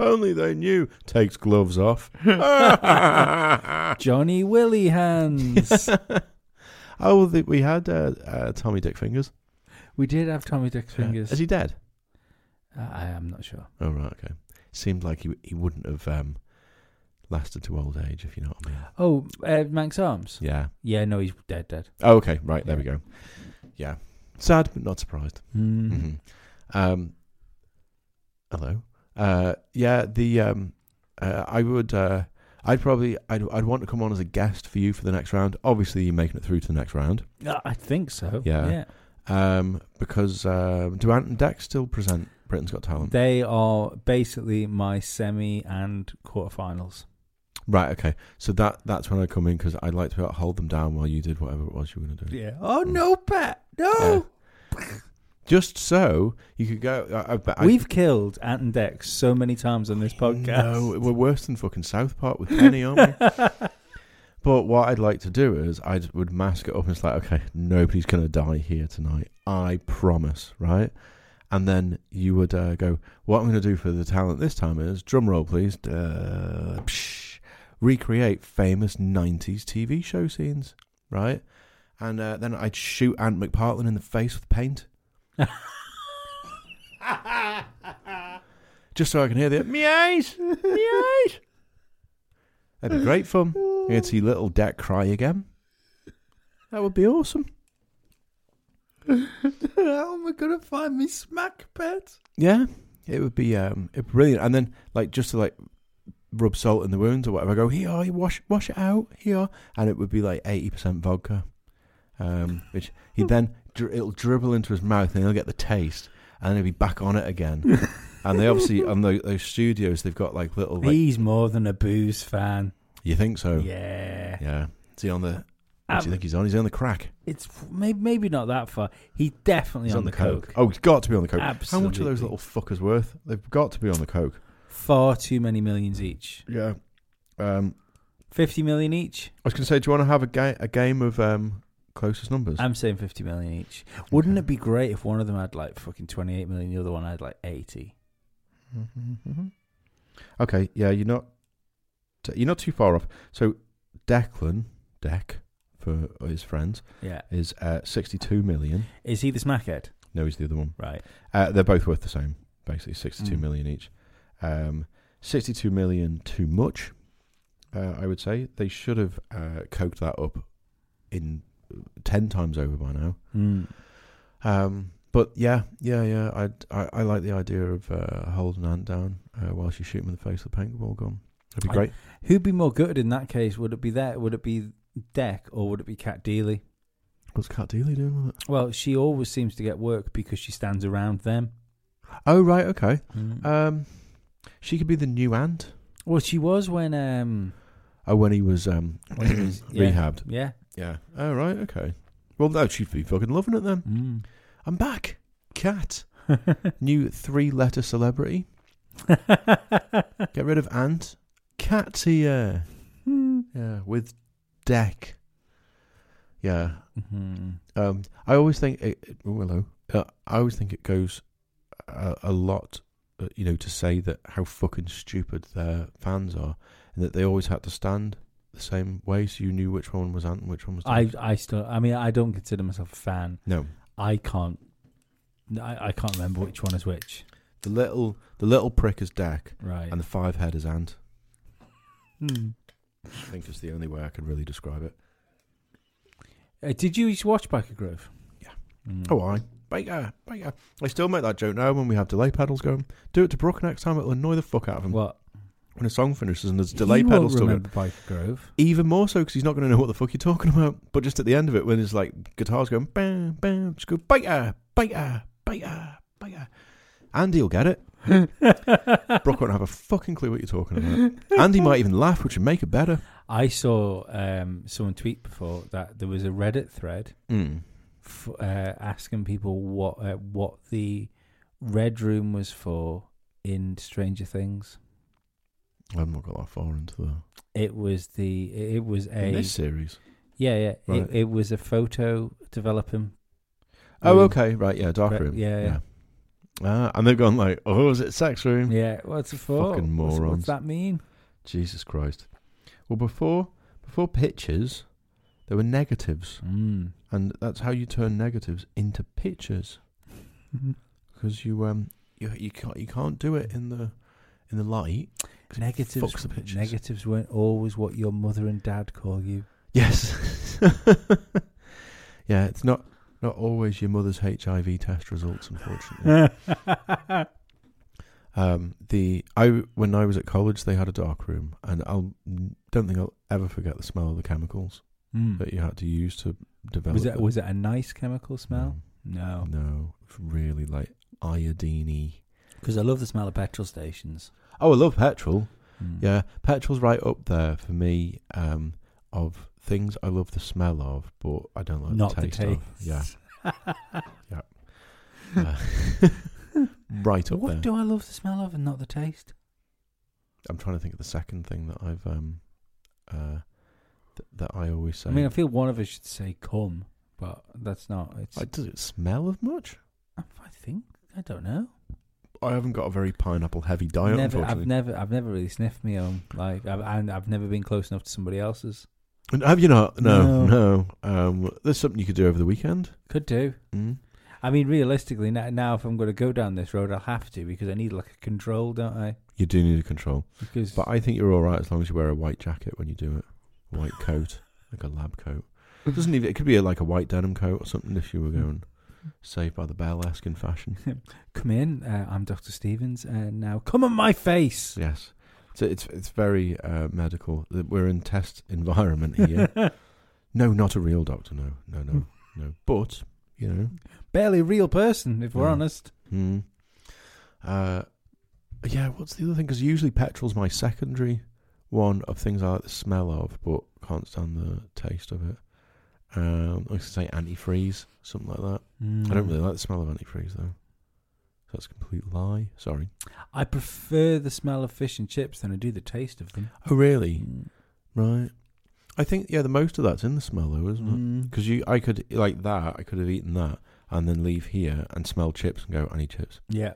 C: only they knew. Takes gloves off. oh,
A: Johnny Willy hands.
C: the, we had uh, uh, Tommy Dick Fingers.
A: we did have Tommy Dick's fingers.
C: Is he dead?
A: I, I am not sure.
C: Oh right, okay. Seemed like he he wouldn't have um, lasted to old age, if you know what I mean.
A: Oh, uh, Manx Arms.
C: Yeah.
A: Yeah, no, he's dead, dead.
C: Oh, okay. Right there we go. Yeah. Sad, but not surprised.
A: Mm.
C: hmm Um, hello. Uh, yeah, the um, uh, I would. Uh, I'd probably. I'd. I'd want to come on as a guest for you for the next round. Obviously, you're making it through to the next round.
A: Uh, I think so.
C: Yeah. Um, because uh, do Ant and Dex still present Britain's Got Talent?
A: They are basically my semi and quarterfinals.
C: right. Okay. So that that's when I come in because I'd like to be able to hold them down while you did whatever it was you were going to do.
A: Yeah. Oh,
C: Mm.
A: no, Pat. No.
C: Yeah. Just so you could go. I, I, bet- I,
A: We've killed Ant and Dex so many times on this podcast.
C: No, we're worse than fucking South Park with Penny, aren't we? But what I'd like to do is I would mask it up and it's like, okay, nobody's going to die here tonight. I promise, right? And then you would uh, go, what I'm going to do for the talent this time is, drum roll please, uh, psh, recreate famous 90s TV show scenes, right? And uh, then I'd shoot Ant McPartlin in the face with paint. Just so I can hear the, me eyes, me eyes. That'd be great fun. You'd see little Deck cry again. That would be awesome.
A: How am I gonna find me smack pet?
C: Yeah, it would be um it'd be brilliant. And then like just to like rub salt in the wounds or whatever, I go here, you wash wash it out here, and it would be like eighty percent vodka, um, which he then dri- it'll dribble into his mouth and he'll get the taste, and he'll be back on it again. and they obviously on tho- those studios they've got like little like,
A: He's more than a booze fan.
C: you think so
A: Yeah,
C: yeah. Is he on the? What do you
A: Um,
C: think he's on? He's on the crack.
A: it's maybe maybe not that far. He's definitely
C: He's
A: on, the coke.
C: Oh, he's got to be on the coke.
A: Absolutely.
C: How much are those little fuckers worth? They've got to be on the coke.
A: Far too many millions each.
C: Yeah. Um,
A: Fifty million each.
C: I was going to say, do you want to have a, ga- a game of um, closest numbers?
A: I'm saying fifty million each. Uh, Wouldn't
C: Okay.
A: it be great if one of them had like fucking twenty eight million, the other one had like eighty?
C: Okay. Yeah, you're not. You're not too far off. So Declan Deck for his friends
A: Yeah.
C: is uh, 62 million.
A: Is he the smackhead?
C: No, he's the other one.
A: Right.
C: Uh, they're both worth the same, basically sixty-two
A: Mm.
C: million each. Um, 62 million too much, uh, I would say. They should have uh, coked that up in 10 times over by now.
A: Hmm.
C: Um, but yeah, yeah, yeah. I, I I like the idea of uh, holding Ant down uh, while she shoot him in the face with a paintball gun. That'd be
A: I-
C: great.
A: Who'd be more gutted in that case? Would it be that? Would it be Deck or would it be Cat Dealey?
C: What's Cat Dealey doing with it?
A: Well, she always seems to get work because she stands around them.
C: Oh right, okay. Um, she could be the new aunt.
A: well, she was when um
C: Oh, when he was um
A: when he was yeah,
C: rehabbed.
A: Yeah.
C: Yeah. Oh right, okay. Well, no, she'd be fucking loving it then.
A: Mm.
C: I'm back. Cat. New three-letter celebrity.
A: Mm-hmm.
C: Get rid of aunt. Cat's here. Yeah, with deck. Yeah.
A: Mhm.
C: Um, I always think it. it- oh, hello. Uh, I always think it goes a, a lot, uh, you know, to say that how fucking stupid their fans are, and that they always had to stand the same way, so you knew which one was Ant and which one was.
A: I
C: Dad.
A: I still I mean I don't consider myself a fan.
C: no
A: I can't I, I can't remember which one is which.
C: the little the little prick is Deck,
A: Right.
C: and the five head is Ant.
A: Mm.
C: I think it's the only way I can really describe it.
A: Uh, did you each watch Backer Grove?
C: Yeah.
A: Mm.
C: Oh, I Baker, Baker. I still make that joke now when we have delay pedals going. Do it to Brooke next time; it'll annoy the fuck out of him.
A: What?
C: When a song finishes and there's delay
A: He won't
C: pedals still going.
A: remember Baker Grove.
C: even more so because he's not going to know what the fuck you're talking about. But just at the end of it, when it's like guitars going bam bam, just go biter biter biter biter. Andy will get it. Brooke won't have a fucking clue what you're talking about. Andy might even laugh, which would make it better.
A: I saw um, someone tweet before that there was a Reddit thread
C: Mm.
A: f- uh, asking people what uh, what the red room was for in Stranger Things.
C: I've not got that far into the
A: It was the it was a
C: in this series.
A: yeah yeah
C: Right.
A: it, it was a photo developing.
C: Oh,
A: room.
C: okay, right, yeah, dark
A: Right,
C: room,
A: yeah, yeah.
C: Ah, and they've gone like, oh, is it sex room?
A: Yeah, what's it for?
C: Fucking
A: What's-
C: morons.
A: What's that mean?
C: Jesus Christ. Well, before before pictures, there were negatives,
A: Mm.
C: and that's how you turn negatives into pictures. because you um you you can't you can't do it in the in the light. 'cause it fucks
A: Negatives,
C: the pictures.
A: negatives weren't always what your mother and dad call you.
C: Yes. yeah, it's not not always your mother's HIV test results, unfortunately. um, the I when I was at college, they had a dark room, and I'll don't think I'll ever forget the smell of the chemicals
A: Mm.
C: that you had to use to develop.
A: Was it
C: it.
A: was it a nice chemical smell?
C: Mm.
A: Oh. No,
C: No, it's really like iodine-y.
A: because I love the smell of petrol stations.
C: Oh, I love petrol.
A: Mm.
C: Yeah, petrol's right up there for me um, of things I love the smell of, but I don't like
A: not
C: the taste of. Yeah, Yeah. right up
A: what
C: there.
A: do I love the smell of and not the taste?
C: I'm trying to think of the second thing that I've um, uh, th- that I always say.
A: I mean, I feel one of us should say cum, but that's not. It's.
C: Like, does it smell of much?
A: I, I think I don't know.
C: I haven't got a very pineapple heavy diet,
A: never, I've
C: unfortunately.
A: never, I've never really sniffed my own. Like, I've, and I've never been close enough to somebody else's.
C: And Have you not? No,
A: No.
C: no. Um, there's something you could do over the weekend.
A: Could do.
C: Mm.
A: I mean, realistically, now, now if I'm going to go down this road, I'll have to because I need like a control, don't I?
C: You do need a control,
A: Because
C: but I think you're all right as long as you wear a white jacket when you do it, white coat, like a lab coat. Doesn't even. It could be a, like a white denim coat or something if you were going Saved by the Bell esque in fashion.
A: come in. Uh, I'm Doctor Stevens, and now come on my face.
C: Yes, so it's it's very uh, medical. Th- We're in test environment here. no, not a real doctor. No, no, no, no. But you know,
A: Barely a real person, if we're
C: Yeah.
A: honest.
C: hmm. uh, yeah. What's the other thing? Because usually petrol's my secondary one of things I like the smell of, but can't stand the taste of it. Um, I was gonna say antifreeze, something like that. I don't really like the smell of antifreeze though. So that's a complete lie. Sorry.
A: I prefer the smell of fish and chips than I do the taste of them.
C: Oh, really? Right. I think yeah, the most of that's in the smell though, isn't it?
A: Mm.
C: Because you, I could like that. I could have eaten that and then leave here and smell chips and go, I need chips.
A: Yeah.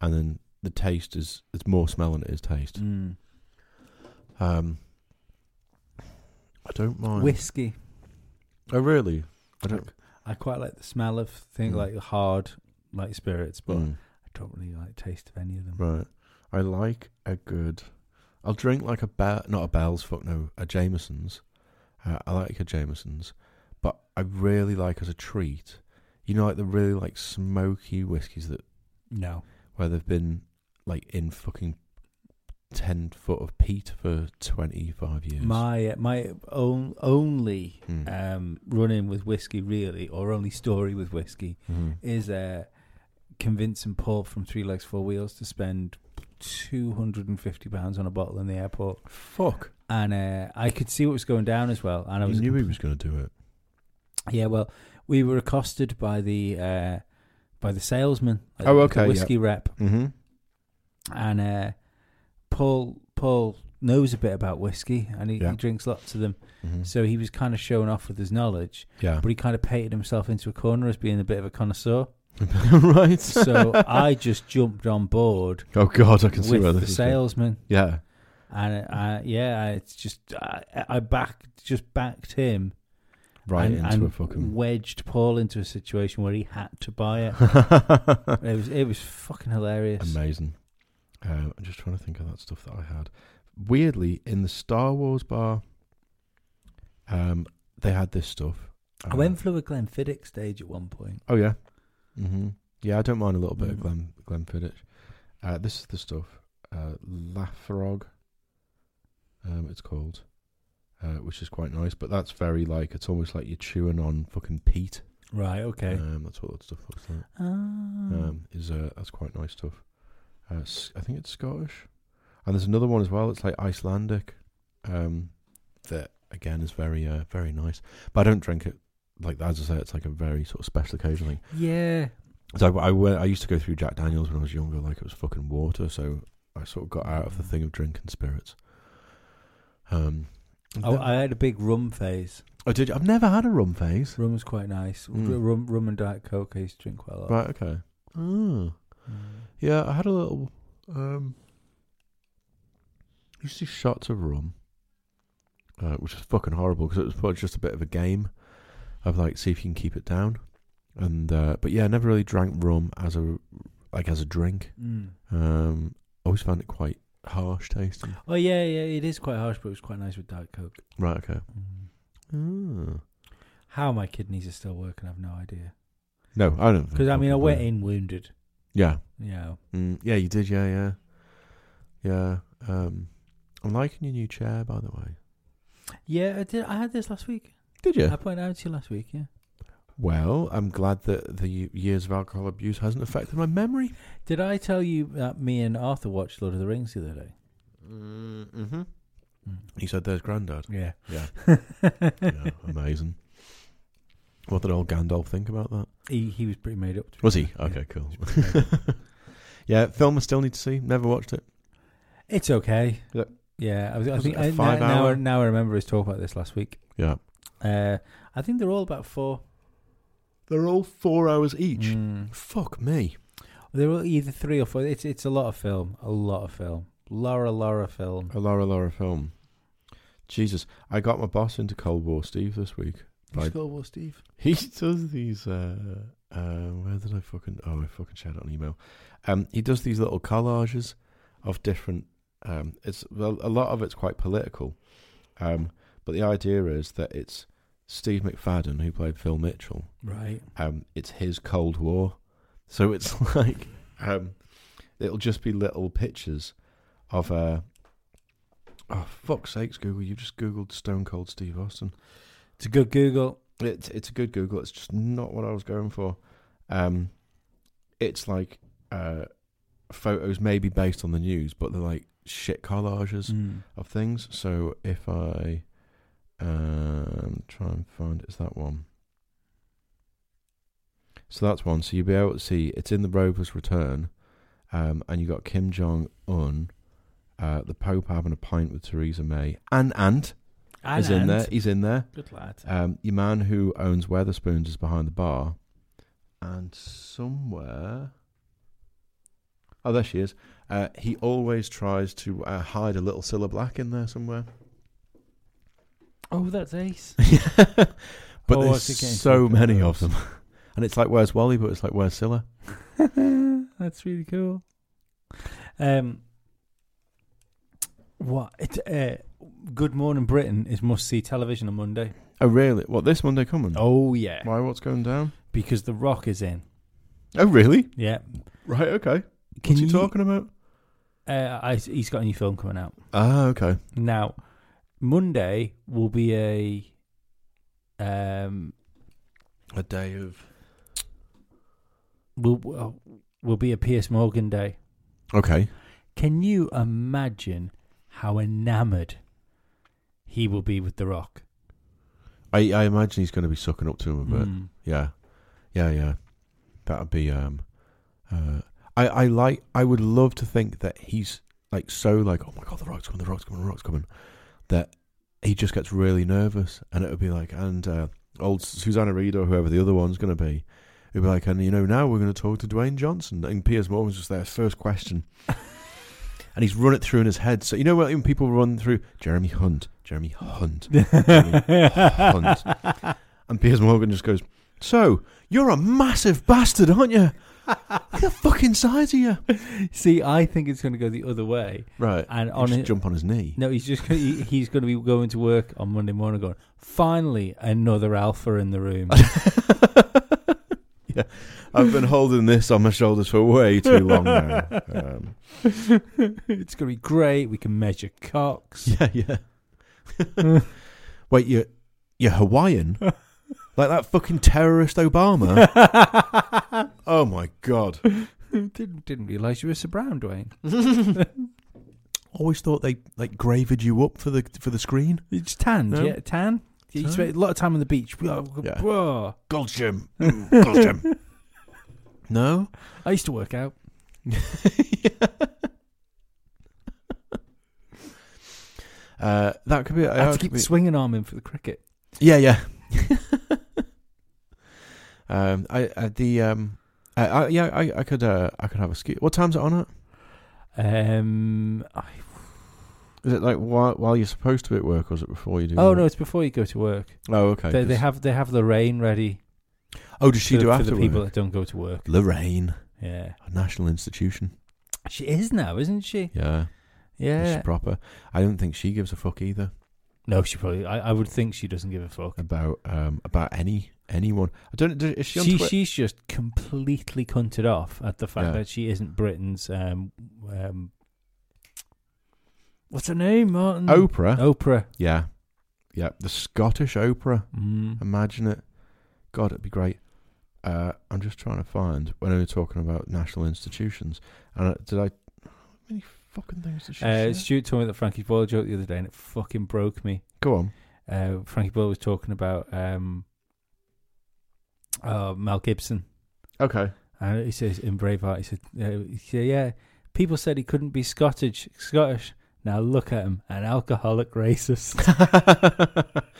C: And then the taste is it's more smell than it is taste.
A: Mm.
C: Um, I don't mind.
A: Whiskey.
C: oh really? I don't.
A: I quite like the smell of things
C: Mm.
A: like hard, like spirits, but
C: Mm,
A: I don't really like the taste of any of them.
C: right. I like a good. I'll drink like a bell, not a Bell's. Fuck no, a Jameson's. Uh, I like a Jameson's, but I really like as a treat. You know, like the really like smoky whiskies that
A: No.
C: where they've been like in fucking ten foot of peat for twenty five years.
A: My uh, my own, only
C: Mm.
A: um, run in with whiskey, really, or only story with whiskey,
C: Mhm.
A: is uh, convincing Paul from Three Legs Four Wheels to spend two hundred and fifty pounds on a bottle in the airport,
C: Fuck!
A: and uh, I could see what was going down as well. And I
C: I
A: was
C: knew he was going to do it.
A: Yeah, well, we were accosted by the uh, by the salesman. like
C: Oh,
A: the
C: okay, yeah.
A: whiskey rep,
C: Mm-hmm.
A: and uh, Paul Paul knows a bit about whiskey, and he,
C: Yeah. Mm.
A: he drinks lots of them. So he was kind of showing off with his knowledge,
C: Mm-hmm. yeah,
A: but he kind of painted himself into a corner as being a bit of a connoisseur.
C: right.
A: So I just jumped on board
C: oh god, I can see
A: with
C: where
A: the
C: this is going.
A: salesman,
C: Yeah,
A: and I, yeah, I- it's just I, I backed just backed him
C: right
A: and,
C: into
A: and
C: a fucking.
A: wedged Paul into a situation where he had to buy it. It was it was fucking hilarious.
C: Amazing. Um, I'm just trying to think of that stuff that I had. Weirdly, in the Star Wars bar, um, they had this stuff.
A: I went through a Glenfiddich stage at one point.
C: Oh yeah. hmm Yeah, I don't mind a little bit of
A: Mm-hmm. Mm.
C: Glen Glenfiddich. Uh, this is the stuff. Uh, Lafrog. Um, it's called, uh, which is quite nice. But that's very like it's almost like you're chewing on fucking peat.
A: Right. Okay.
C: Um, that's what that stuff looks like.
A: Ah.
C: Um, is uh, that's quite nice stuff. Uh, S- I think it's Scottish, and there's another one as well. It's like Icelandic. Um, that again is very uh, very nice. But I don't drink it like that. As I say, it's like a very sort of special occasion thing.
A: yeah.
C: So I, I, went- I used to go through Jack Daniels when I was younger, like it was fucking water. So I sort of got out of the thing of drinking spirits. Um,
A: I, Oh, I had a big rum phase.
C: oh, did you? I've never had a rum phase.
A: Rum was quite nice. R-
C: Mm.
A: Rum, rum and diet coke. I used to drink quite a lot.
C: Right. Okay. Oh.
A: Mm.
C: Yeah, I had a little. Um, used to do shots of rum, uh, which was fucking horrible because it was probably just a bit of a game of like see if you can keep it down. And uh, but yeah, I never really drank rum as a like as a drink.
A: Mm.
C: Um, always found it quite harsh tasting.
A: Oh yeah, yeah. It is quite harsh, but it was quite nice with diet coke.
C: Right. Okay.
A: Ah.
C: Mm.
A: How my kidneys are still working, I've no idea.
C: No, I don't.
A: Because I mean, I
C: fucking
A: went
C: know.
A: in wounded.
C: Yeah.
A: You know.
C: Mm, yeah, you did. Yeah, yeah, yeah. Um, I'm liking your new chair, by the way.
A: Yeah, I did. I had this last week.
C: Did you?
A: I pointed out to you last week. Yeah.
C: Well, I'm glad that the years of alcohol abuse hasn't affected my memory.
A: Did I tell you that me and Arthur watched Lord of the Rings the other day? Mm.
C: Mm-hmm. He said, "There's Grandad."
A: Yeah.
C: Yeah, yeah, amazing. What did old Gandalf think about that?
A: He he was pretty made up. To be
C: Was he?
A: fair.
C: Okay, cool.
A: Yeah, he's pretty made up.
C: yeah, film I still need to see. Never watched it.
A: it's okay.
C: Yeah.
A: Yeah, I, was, I
C: Was
A: think
C: it a
A: I, now,
C: five
A: now,
C: hour?
A: I- now I remember us talking about this last week.
C: Yeah,
A: Uh, I think they're all about four.
C: they're all four hours each.
A: Mm.
C: Fuck me.
A: They're all either three or four. It's it's a lot of film, a lot of film. Laura Laura film.
C: A Laura Laura film. Jesus, I got my boss into Cold War Steve this week. Right.
A: Cold War Steve.
C: He does these. Uh, uh, where did I fucking? Oh, I fucking shared it on email. Um, he does these little collages of different. Um, it's well, a lot of it's quite political, um, but the idea is that it's Steve McFadden who played Phil Mitchell.
A: Right.
C: Um, it's his Cold War, so it's like um, it'll just be little pictures of. Uh, oh fuck's sakes, Google! You just googled Stone Cold Steve Austin.
A: It's a good Google.
C: It's it's a good Google. It's just not what I was going for. Um, it's like uh, photos maybe based on the news, but they're like shit collages
A: Mm.
C: of things. So if I um, try and find, is that one? So that's one. So you'll be able to see it's in the Rover's Return, um, and you got Kim Jong Un, uh, the Pope having a pint with Theresa May, and Ant
A: And,
C: is in there. He's in there.
A: Good lad.
C: Um, your man who owns Weatherspoons is behind the bar, and somewhere, oh, there she is. Uh, he always tries to uh, hide a little Cilla Black in there somewhere.
A: Oh, that's Ace.
C: but
A: Oh, I
C: there's
A: see Kane
C: so
A: Stalker
C: many of
A: knows.
C: them, and it's like where's Wally, but it's like where's Cilla?
A: That's really cool. Um, what? It, uh, Good Morning Britain is must see television on Monday.
C: Oh, really? What this Monday coming?
A: Oh yeah,
C: Why? What's going down?
A: because The Rock is in.
C: Oh, really?
A: Yeah.
C: Right. Okay.
A: Can
C: What's he
A: you-
C: talking about?
A: uh, I, he's got a new film coming out.
C: Ah, okay.
A: Now, Monday will be a um
C: A day of.
A: will will- will be a Pierce Morgan day.
C: Okay.
A: Can you imagine how enamored he will be with The Rock?
C: I, I imagine he's going to be sucking up to him a bit.
A: Mm.
C: Yeah, yeah, yeah. That would be. Um, uh, I I like. I would love to think that he's like so like. Oh my god, the rock's coming! The rock's coming! The rock's coming! That he just gets really nervous, and it would be like, and uh, old Susanna Reid or whoever the other one's going to be, it'd be like, and you know, now we're going to talk to Dwayne Johnson, and Piers Morgan's just there, first question. And he's run it through in his head. So you know when people run through Jeremy Hunt, Jeremy Hunt, and Piers Morgan just goes, So, you're a massive bastard, aren't you? Look the fucking size of you.
A: See, I think it's going to go the other way.
C: Right.
A: And
C: He'll
A: on
C: just
A: it,
C: jump on his knee.
A: no, he's just gonna, he, he's going to be going to work on Monday morning, going finally another alpha in the room.
C: yeah. I've been holding this on my shoulders for way too long now. Um,
A: it's going to be great. We can measure cocks.
C: yeah, yeah. Wait, you're, you're Hawaiian? Like that fucking terrorist Obama? Oh my god.
A: didn't didn't realize you were Sir Brown, Dwayne.
C: Always thought they like graved you up for the for the screen.
A: It's tan,
C: No.
A: yeah, tan. You
C: Tan.
A: spent a lot of time on the beach. Whoa,
C: Yeah.
A: whoa.
C: Gold Jim. Mm, Gold Jim. No?
A: I used to work out.
C: Uh, that could be.
A: I had to
C: that could
A: keep
C: be-
A: the swinging arm in for the cricket.
C: yeah, yeah. um, I, I the um, I, I yeah, I, I could uh, I could have a ski. What time's it on at?
A: Um, I-
C: Is it like while while you're supposed to be at work, or is it before you do?
A: oh
C: work?
A: no, it's before you go to work.
C: Oh okay.
A: they, they
C: 'cause-
A: have they have Lorraine ready.
C: oh, does she
A: for,
C: do
A: for
C: after
A: the people
C: work?
A: that don't go to work?
C: Lorraine,
A: Yeah,
C: a national institution.
A: she is now, isn't she?
C: Yeah,
A: Yeah.
C: she's proper. I don't think she gives a fuck either
A: No, she probably. I, I would think she doesn't give a fuck.
C: about um about any anyone. I don't. Is she on
A: She,
C: Twitter?
A: she's just completely cunted off at the fact
C: Yeah.
A: that she isn't Britain's um um. What's her name, Martin?
C: Oprah.
A: Oprah.
C: Yeah, yeah. The Scottish Oprah.
A: Mm.
C: Imagine it. God, it'd be great. Uh, I'm just trying to find when we were talking about national institutions. And uh, did I? How many fucking things did she
A: Uh,
C: say?
A: Stuart told me that Frankie Boyle joke the other day, and it fucking broke me.
C: Go on.
A: Uh, Frankie Boyle was talking about um, uh, Mel Gibson,
C: Okay.
A: and he says in Braveheart, he said, uh, he said, "Yeah, people said he couldn't be Scottish. Scottish. Now look at him, an alcoholic racist."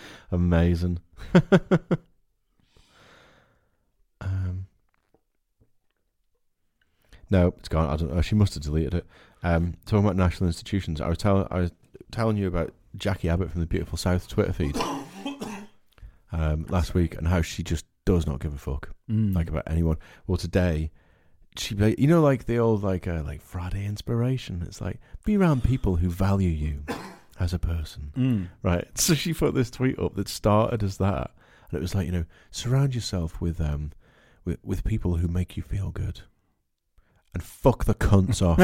C: Amazing. um. No, it's gone. I don't know. She must have deleted it. Um, talking about national institutions, I was telling I was telling you about Jackie Abbott from the Beautiful South Twitter feed um, last week and how she just does not give a fuck.
A: Mm.
C: like about anyone. Well, today she, ba- you know, like the old like uh, like Friday inspiration. It's like be around people who value you as a person,
A: Mm.
C: right? So she put this tweet up that started as that, and it was like you know, surround yourself with um with with people who make you feel good, and fuck the cunts off.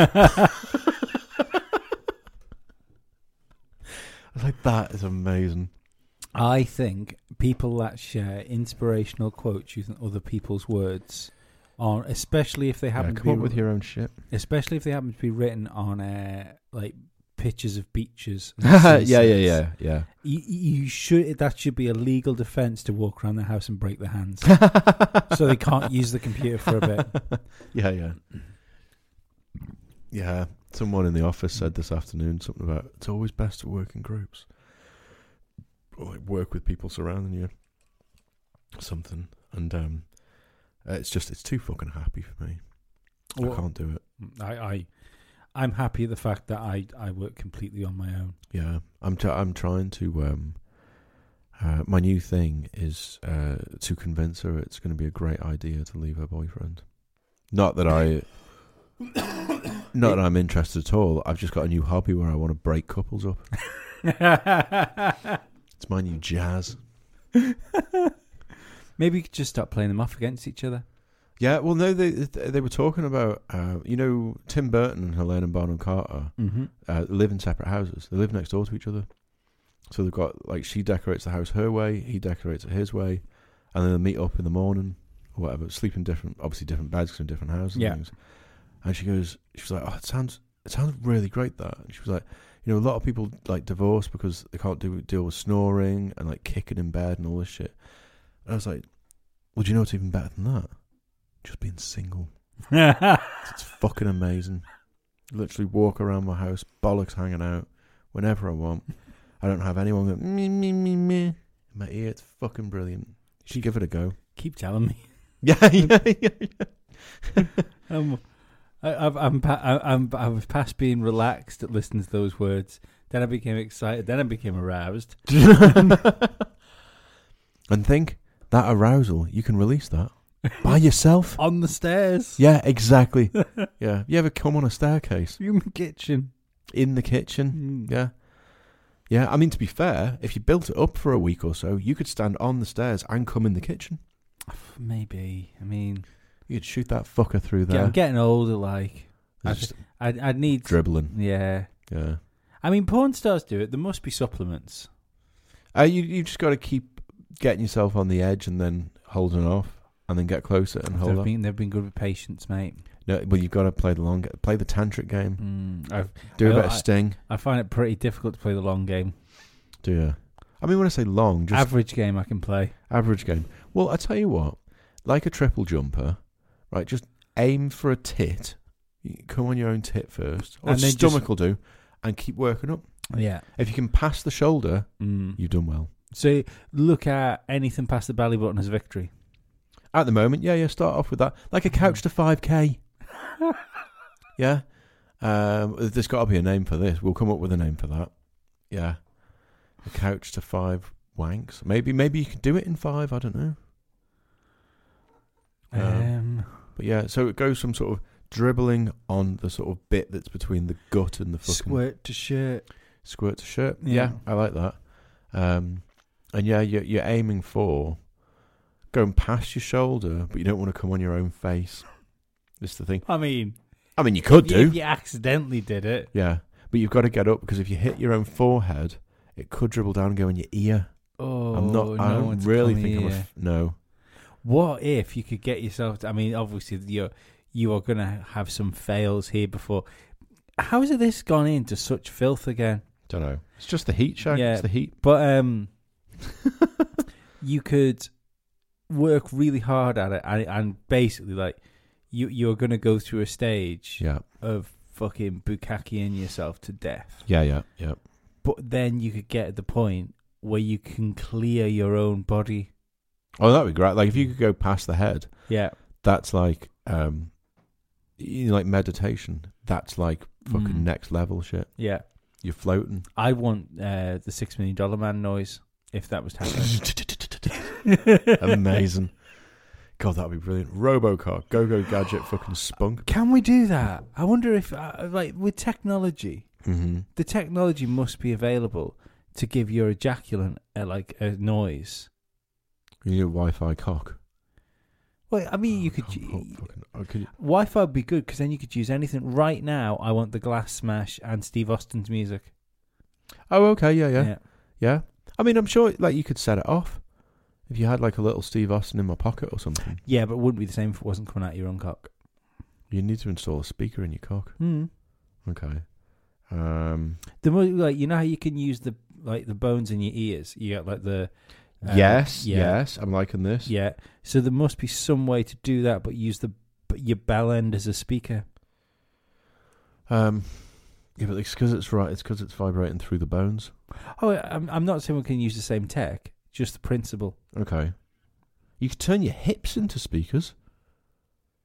C: I was like, that is amazing.
A: I think people that share inspirational quotes using other people's words on especially if they
C: Yeah,
A: happen to
C: come
A: be
C: up with your own shit.
A: especially if they happen to be written on uh, like pictures of beaches. and
C: yeah,
A: sunsets.
C: yeah, yeah, yeah.
A: You, you should that should be a legal defense to walk around the house and break their hands. So they can't use the computer for a bit.
C: Yeah, yeah. Yeah. Someone in the office said this afternoon something about it's always best to work in groups. Or like work with people surrounding you. Something. And um uh, it's just it's too fucking happy for me. I
A: Well,
C: can't do it.
A: I, I I'm happy at the fact that I, I work completely on my own.
C: Yeah. I'm try I'm trying to um uh, my new thing is uh, to convince her it's going to be a great idea to leave her boyfriend. Not that I, not that I'm interested at all. I've just got a new hobby where I want to break couples up. It's my new jazz.
A: Maybe you could just start playing them off against each other.
C: Yeah, well, no, they they were talking about uh, you know Tim Burton and Helena Bonham Carter
A: Mm-hmm.
C: uh, live in separate houses. They live next door to each other, so they've got like she decorates the house her way, he decorates it his way, and then they meet up in the morning or whatever, sleep in different, obviously different beds 'cause in different houses.
A: Yeah.
C: And things. And she goes, she was like, oh, it sounds it sounds really great that. And she was like, you know, a lot of people like divorce because they can't do deal with snoring and like kicking in bed and all this shit. And I was like, well, do you know what's even better than that? Just being single. It's fucking amazing. Literally walk around my house, bollocks hanging out whenever I want. I don't have anyone going me me me me in my ear. It's fucking brilliant. You should give it a go.
A: Keep telling me.
C: Yeah, yeah, yeah.
A: Um, I, I've, I'm, pa- I, I'm, I was past being relaxed at listening to those words. Then I became excited. Then I became aroused.
C: yeah. and think that arousal, you can release that by yourself.
A: On the stairs.
C: Yeah, exactly. Yeah. You ever come on a staircase
A: Human kitchen.
C: in the kitchen?
A: Mm.
C: Yeah. Yeah, I mean, to be fair, if you built it up for a week or so, you could stand on the stairs and come in the kitchen.
A: Maybe. I mean,
C: You could shoot that fucker through
A: yeah,
C: there.
A: I'm getting older. Like,
C: It's
A: I
C: just
A: I, I need.
C: dribbling.
A: Yeah.
C: Yeah.
A: I mean, porn stars do it. There must be supplements.
C: Uh, you you just got to keep getting yourself on the edge and then holding off and then get closer and hold
A: They've
C: off.
A: been, they've been good with patience, mate.
C: No, but you've got to play the long, play the tantric game.
A: Mm, I,
C: Do a
A: I-
C: bit of
A: I-
C: sting.
A: I find it pretty difficult to play the long game.
C: Do you? I mean, when I say long, just
A: Average game I can play.
C: average game. Well, I tell you what, like a triple jumper, right? Just aim for a tit. You come on your own tit first, or
A: And then just-
C: stomach will do, and keep working up.
A: Yeah.
C: If you can pass the shoulder,
A: Mm.
C: you've done well.
A: So look at anything past the belly button as victory.
C: At the moment, yeah, yeah. Start off with that, like a couch to five k. Yeah. Um, there's got to be a name for this. We'll come up with a name for that. Yeah. A couch to five wanks. Maybe, maybe you could do it in five. I don't know.
A: um,
C: But yeah, so it goes from sort of dribbling on the sort of bit that's between the gut and the fucking
A: to shirt.
C: squirt to shirt.
A: Yeah.
C: Yeah. I like that. Um, and yeah, you're, you're aiming for going past your shoulder, but you don't want to come on your own face. It's the thing.
A: I mean,
C: I mean, you could
A: if
C: do.
A: you, if you accidentally did it.
C: Yeah, but you've got to get up because if you hit your own forehead, it could dribble down and go in your ear.
A: Oh,
C: I'm not.
A: No
C: I don't
A: one's
C: really
A: come
C: think I'm a
A: here.
C: f- no.
A: What if you could get yourself? To, I mean, obviously you're you are going to have some fails here before. How has this gone into such filth again?
C: Don't know. It's just the heat, Shag.
A: Yeah.
C: It's the heat.
A: But um, you could work really hard at it, and, and basically, like you you're going to go through a stage
C: Yeah.
A: of fucking bukakiing yourself to death.
C: Yeah. Yeah. Yeah.
A: But then you could get to the point where you can clear your own body.
C: Oh, that'd be great. Like if you could go past the head,
A: Yeah,
C: that's like um, you know, like meditation. That's like fucking
A: Mm.
C: next level shit.
A: yeah.
C: You're floating.
A: I want uh, the six million dollar man noise if that was to happen.
C: Amazing. God, that'd be brilliant. Robocar, go go gadget, fucking spunk.
A: Can we do that? I wonder if, uh, like, with technology,
C: Mm-hmm.
A: the technology must be available to give your ejaculant a, like a noise.
C: You need a Wi-Fi cock.
A: Well, I mean, you
C: I can't
A: could.
C: put fucking- Oh, I oh, could-
A: Wi-Fi would be good because then you could use anything. Right now, I want the Glass Smash and Steve Austin's music.
C: Oh, okay, yeah, yeah. Yeah. I mean, I'm sure like you could set it off if you had like a little Steve Austin in my pocket or something.
A: Yeah, but it wouldn't be the same if it wasn't coming out of your own cock.
C: You need to install a speaker in your cock.
A: Mm.
C: Okay. Um,
A: The mo- like you know how you can use the like the bones in your ears. You got like the uh,
C: yes,
A: yeah,
C: yes, I'm liking this.
A: yeah. So there must be some way to do that, but use the but your bell end as a speaker.
C: Um, yeah, but it's because it's right. It's because it's vibrating through the bones.
A: Oh, I'm I'm not saying we can use the same tech, just the principle.
C: Okay. You could turn your hips into speakers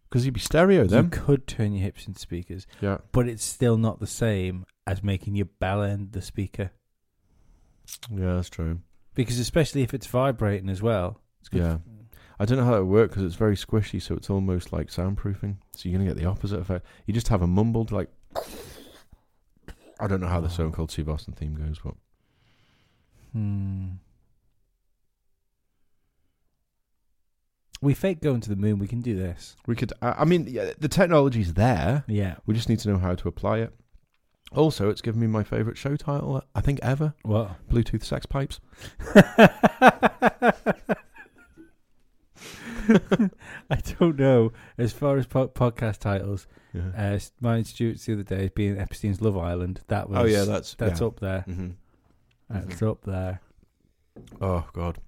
C: because you'd be stereo
A: You
C: then.
A: could turn your hips into speakers,
C: Yeah.
A: but it's still not the same as making your bell end the speaker.
C: Yeah, that's true.
A: Because especially if it's vibrating as well, it's good.
C: Yeah. I don't know how that would work because it's very squishy, so it's almost like soundproofing. So you're gonna get the opposite effect. You just have a mumbled like. I don't know how the Stone Cold Steve Austin theme goes, but
A: Hmm. We fake going to the moon. We can do this.
C: We could. I I mean, yeah, the technology's there.
A: Yeah.
C: We just need to know how to apply it. Also, it's given me my favourite show title I think ever:
A: What?
C: Bluetooth Sex Pipes.
A: I don't know. As far as po- podcast titles,
C: Yeah.
A: uh, s- mine Stuart's the other day being Epstein's Love Island. That was.
C: oh yeah, that's
A: that's
C: yeah.
A: up there.
C: hmm
A: That's up there.
C: Oh god.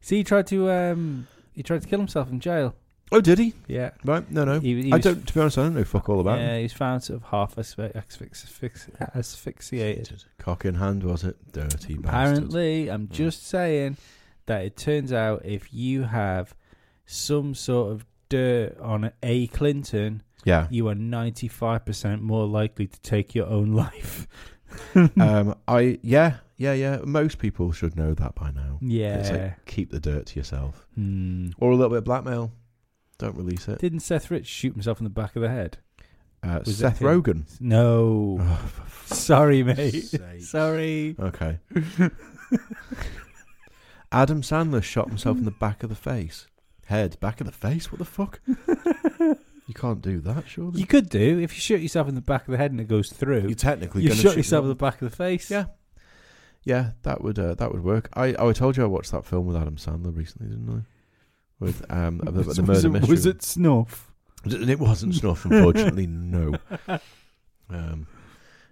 A: See, he tried to um, he tried to kill himself in jail.
C: Oh, did he?
A: Yeah.
C: Right? No, no.
A: He, he
C: I
A: was-
C: don't. To be honest, I don't know fuck all about. him.
A: Yeah, he was found sort of half asphy- asphyx- asphyx- asphyxiated.
C: Cock in hand, was it? Dirty bastard.
A: Apparently,
C: Mm.
A: I'm just saying that it turns out if you have some sort of dirt on a Clinton,
C: Yeah.
A: you are 95% more likely to take your own life. Hmm.
C: um. I. Yeah. Yeah. Yeah. Most people should know that by now.
A: Yeah.
C: It's like keep the dirt to yourself,
A: Hmm.
C: or a little bit of blackmail. Don't release it.
A: Didn't Seth Rich shoot himself in the back of the head?
C: Uh,
A: was
C: Seth
A: it him?
C: Rogen.
A: No.
C: Oh, for fuck's
A: Sorry, mate.
C: sake.
A: Sorry.
C: Okay. Adam Sandler shot himself in the back of the face. Head, back of the face? What the fuck? You can't do that, surely.
A: You could do if you shoot yourself in the back of the head and it goes through.
C: You're technically
A: You
C: going to
A: shot yourself in the back of the face.
C: Yeah. Yeah, that would uh, that would work. I oh, I told you I watched that film with Adam Sandler recently, didn't I? With um the, the murder mystery.
A: Was it snuff?
C: And it wasn't snuff, unfortunately. no. Um,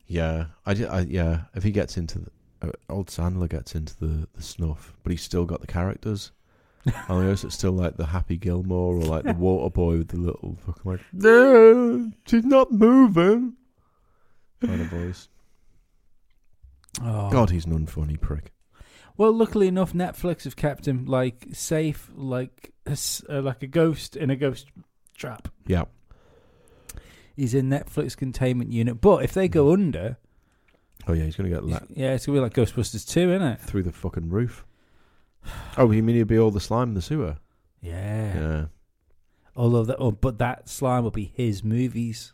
C: yeah, I, ju- I yeah. If he gets into the uh, old Sandler gets into the, the snuff, but he's still got the characters. And I also it's still like the Happy Gilmore or like the Water Boy with the little fucking like no, she's not moving kind of voice.
A: Oh.
C: God, he's an unfunny prick.
A: Well, luckily enough, Netflix have kept him like safe, like a s- uh, like a ghost in a ghost trap.
C: Yeah,
A: He's in Netflix containment unit. But if they
C: Mm.
A: go under,
C: oh yeah, he's gonna get let
A: yeah, it's gonna be like Ghostbusters two, isn't it?
C: through the fucking roof. Oh, you mean he'd be all the slime in the sewer?
A: Yeah.
C: Yeah,
A: Although that, oh, but that slime will be his movies.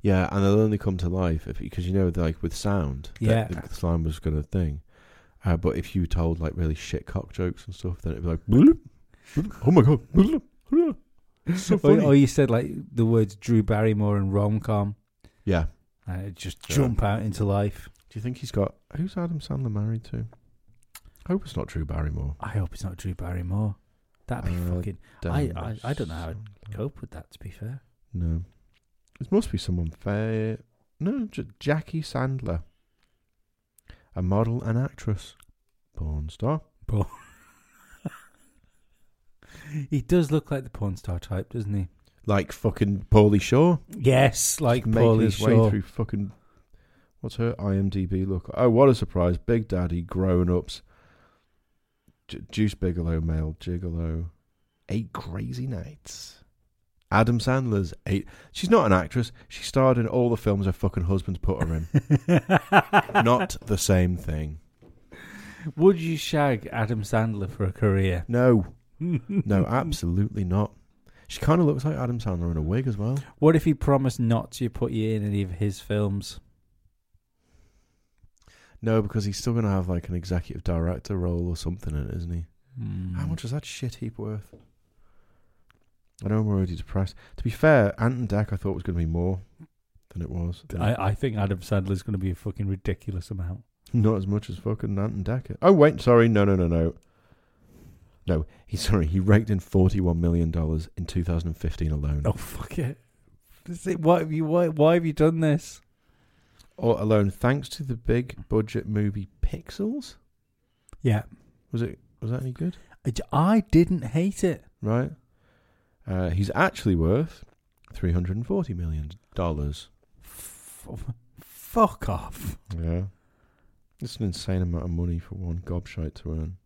C: yeah, and they'll only come to life if because you know, like with sound, that-
A: Yeah.
C: the, slime was gonna thing. Uh, but if you told like really shit cock jokes and stuff, then it'd be like, bloop, bloop, oh my god, bloop, bloop. It's so
A: Or,
C: funny.
A: or Oh, you said like the words Drew Barrymore and rom com,
C: yeah.
A: and it just
C: Yeah.
A: jump out into life.
C: Do you think he's got who's Adam Sandler married to? I hope it's not Drew Barrymore.
A: I hope it's not Drew Barrymore. That'd be
C: Uh,
A: fucking. I-
C: Damn,
A: I- I don't know how I'd
C: Sandler.
A: Cope with that, to be fair.
C: No, it must be someone fair. No, J- Jackie Sandler, a model and actress, porn star.
A: He does look like the porn star type, doesn't he?
C: like fucking Paulie Shaw,
A: Yes, like
C: making
A: Paulie
C: his
A: Shaw.
C: way through fucking what's her IMDb look? Oh, what a surprise! Big Daddy, Grown Ups, J- Juice Bigelow, Male Gigolo, Eight Crazy Nights. Adam Sandler's eight. She's not an actress. She starred in all the films her fucking husband's put her in. not the same thing.
A: Would you shag Adam Sandler for a career?
C: No, no, absolutely not. She kind of looks like Adam Sandler in a wig as well.
A: What if he promised not to put you in any of his films?
C: No, because he's still going to have like an executive director role or something in it, isn't he?
A: Hmm.
C: How much is that shit heap worth? I know I'm already depressed. To be fair, Ant and Deck I thought was going to be more than it was.
A: I, I think Adam Sandler's going to be a fucking ridiculous amount.
C: Not as much as fucking Ant and Deck. Oh wait, sorry, no, no, no, no. No, he sorry. He raked in forty-one million dollars in 2015 alone.
A: Oh fuck it! Is it- why have you why, why have you done this?
C: All alone, thanks to the big budget movie Pixels.
A: Yeah,
C: Was it? Was that any good?
A: I, I didn't hate it.
C: Right. Uh, he's actually worth three hundred and forty million dollars.
A: F- fuck off!
C: Yeah. It's an insane amount of money for one gobshite to earn.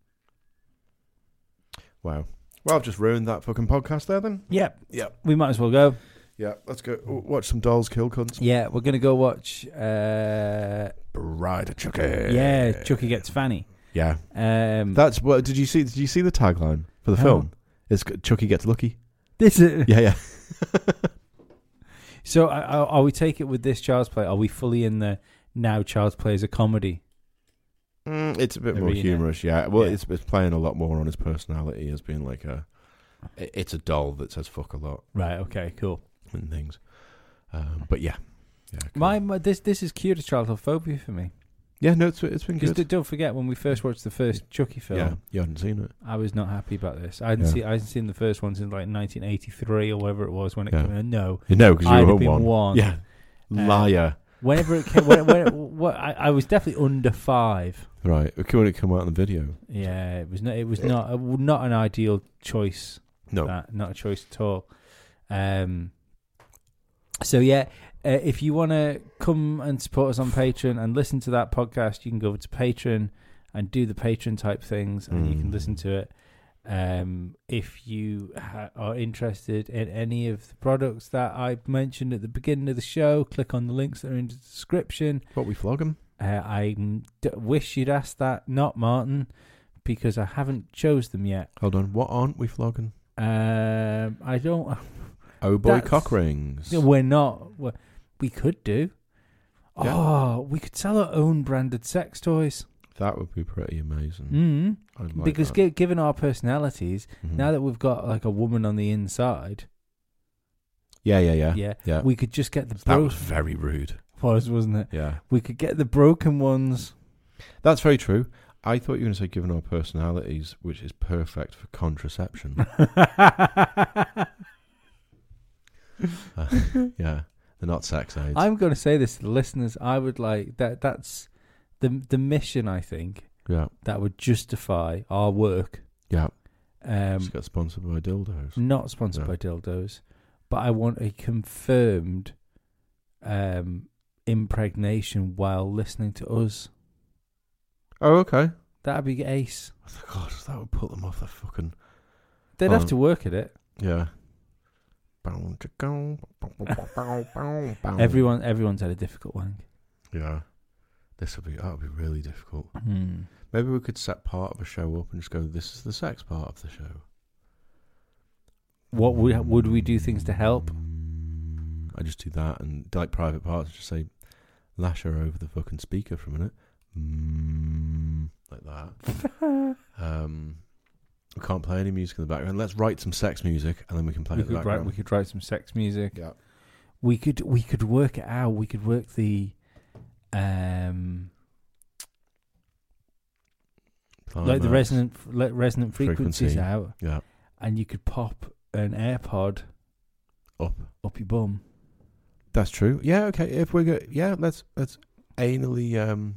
C: Wow. Well, I've just ruined that fucking podcast there then.
A: Yep,
C: Yep.
A: we might as well go.
C: Yeah, let's go w- watch some dolls kill cunts.
A: Yeah, we're gonna go watch. Uh,
C: Ride a Chucky.
A: yeah, Chucky gets Fanny.
C: Yeah.
A: Um,
C: That's what did you see did you see the tagline for the
A: No.
C: film? It's g- Chucky gets lucky.
A: this is,
C: Yeah, yeah.
A: So, I- I- are we take it with this child's play? Are we fully in the now child's play as a comedy?
C: Mm, it's a bit more
A: Arena.
C: humorous, yeah. Well,
A: Yeah.
C: It's, it's playing a lot more on his personality as being like a i- it's a doll that says fuck a lot
A: Right. Okay. Cool.
C: and things. Um, but yeah, yeah. cool.
A: My, my this this is cure to childhood phobia for me.
C: yeah, no, it's it's been
A: Because
C: good.
A: don't forget when we first watched the first Chucky film,
C: yeah, you hadn't seen it.
A: I was not happy about this. I hadn't
C: Yeah.
A: see I hadn't seen the first one since like 1983 or whatever it was when it
C: Yeah.
A: came out. No,
C: You know, because you
A: I'd
C: were
A: have
C: home
A: been
C: one.
A: one.
C: Yeah,
A: Um,
C: liar.
A: Whenever it came, when, when, what, I, I was definitely under five.
C: Right, it couldn't come out in the video.
A: Yeah, it was not. It was not. uh, Not an ideal choice.
C: No,
A: That, not a choice at all. Um. So yeah, uh, if you want to come and support us on Patreon and listen to that podcast, you can go over to Patreon and do the Patreon type things, and you can
C: Mm.
A: listen to it. Um, if you ha- are interested in any of the products that I mentioned at the beginning of the show, click on the links that are in the description.
C: what we flog him?
A: Uh, I mm, d- wish you'd asked that, not Martin, because I haven't chose them yet.
C: Hold on, what aren't we flogging?
A: Um, I don't.
C: Oh boy,
A: That's-
C: cock rings.
A: We're not. We're, we could do.
C: Yeah.
A: Oh, we could sell our own branded sex toys.
C: That would be pretty amazing.
A: Mm.
C: I'd like
A: because
C: that.
A: gi- given our personalities,
C: Mhm.
A: now that we've got like a woman on the inside,
C: yeah, yeah, yeah,
A: yeah,
C: yeah.
A: we could just get the
C: that
A: bro-
C: was very rude.
A: was wasn't it?
C: Yeah,
A: We could get the broken ones.
C: that's very true. I thought you were going to say given our personalities, which is perfect for contraception. Hmm.
A: I'm
C: Uh, yeah, they're not sex aids.
A: going to say this to the listeners. I would like that. That's the the mission. I think
C: yeah,
A: that would justify our work.
C: yeah.
A: Um, Mm.
C: just got sponsored by dildos.
A: not sponsored
C: No.
A: by dildos, but I want a confirmed um, impregnation while listening to us.
C: Oh, okay.
A: That'd be ace.
C: God, that would put them off the fucking
A: They'd have
C: Um,
A: to work at it.
C: yeah. Bound to go, bow, bow, bow, bow, bow.
A: Everyone, everyone's had a difficult one.
C: Yeah, this would be that would be really difficult. Maybe we could set part of a show up and just go. This is the sex part of the show.
A: What would would we do things to help?
C: Mm, I just do that and do like private parts. Just say, lash her over the fucking speaker for a minute, mm, like that. um, we can't play any music in the background. Let's write some sex music and then we can play
A: We
C: it in the
A: could write.
C: background.
A: We could write some sex music.
C: yeah,
A: We could. We could work it out. We could work the. Um, like the
C: Climax.
A: resonant, like resonant frequencies
C: Frequency.
A: out,
C: Yeah,
A: and you could pop an AirPod
C: up.
A: up your bum.
C: That's true. Yeah, okay. If we're go- yeah, let's let's anally um,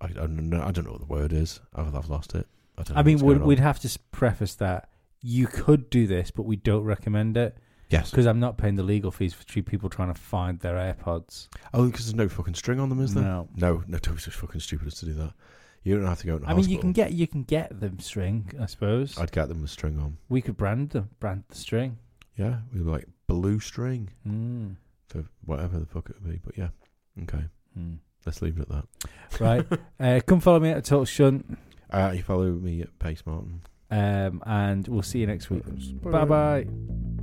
C: I, I don't know. I don't know what the word is. I've, I've lost it. I, don't know
A: I mean,
C: what's
A: we'd,
C: going on.
A: we'd have to s- preface that you could do this, but we don't recommend it
C: yes.
A: because I'm not paying the legal fees for three people trying to find their AirPods.
C: Oh, because there's no fucking string on them, is there?
A: No,
C: No, no, it's just fucking stupid as to do that. You don't have to go. Into
A: I mean you
C: hospital.
A: can get you can get them string, I suppose.
C: I'd get them with string on.
A: we could brand them, brand the string.
C: Yeah, with like blue string
A: Mm.
C: for whatever the fuck it would be. But yeah, okay,
A: Mm.
C: let's leave it at that.
A: Right, uh, come follow me at Total Shunt,
C: Uh, you follow me at Pace Martin.
A: um, and we'll see you next week.
C: Bye.
A: Bye bye.
C: Bye.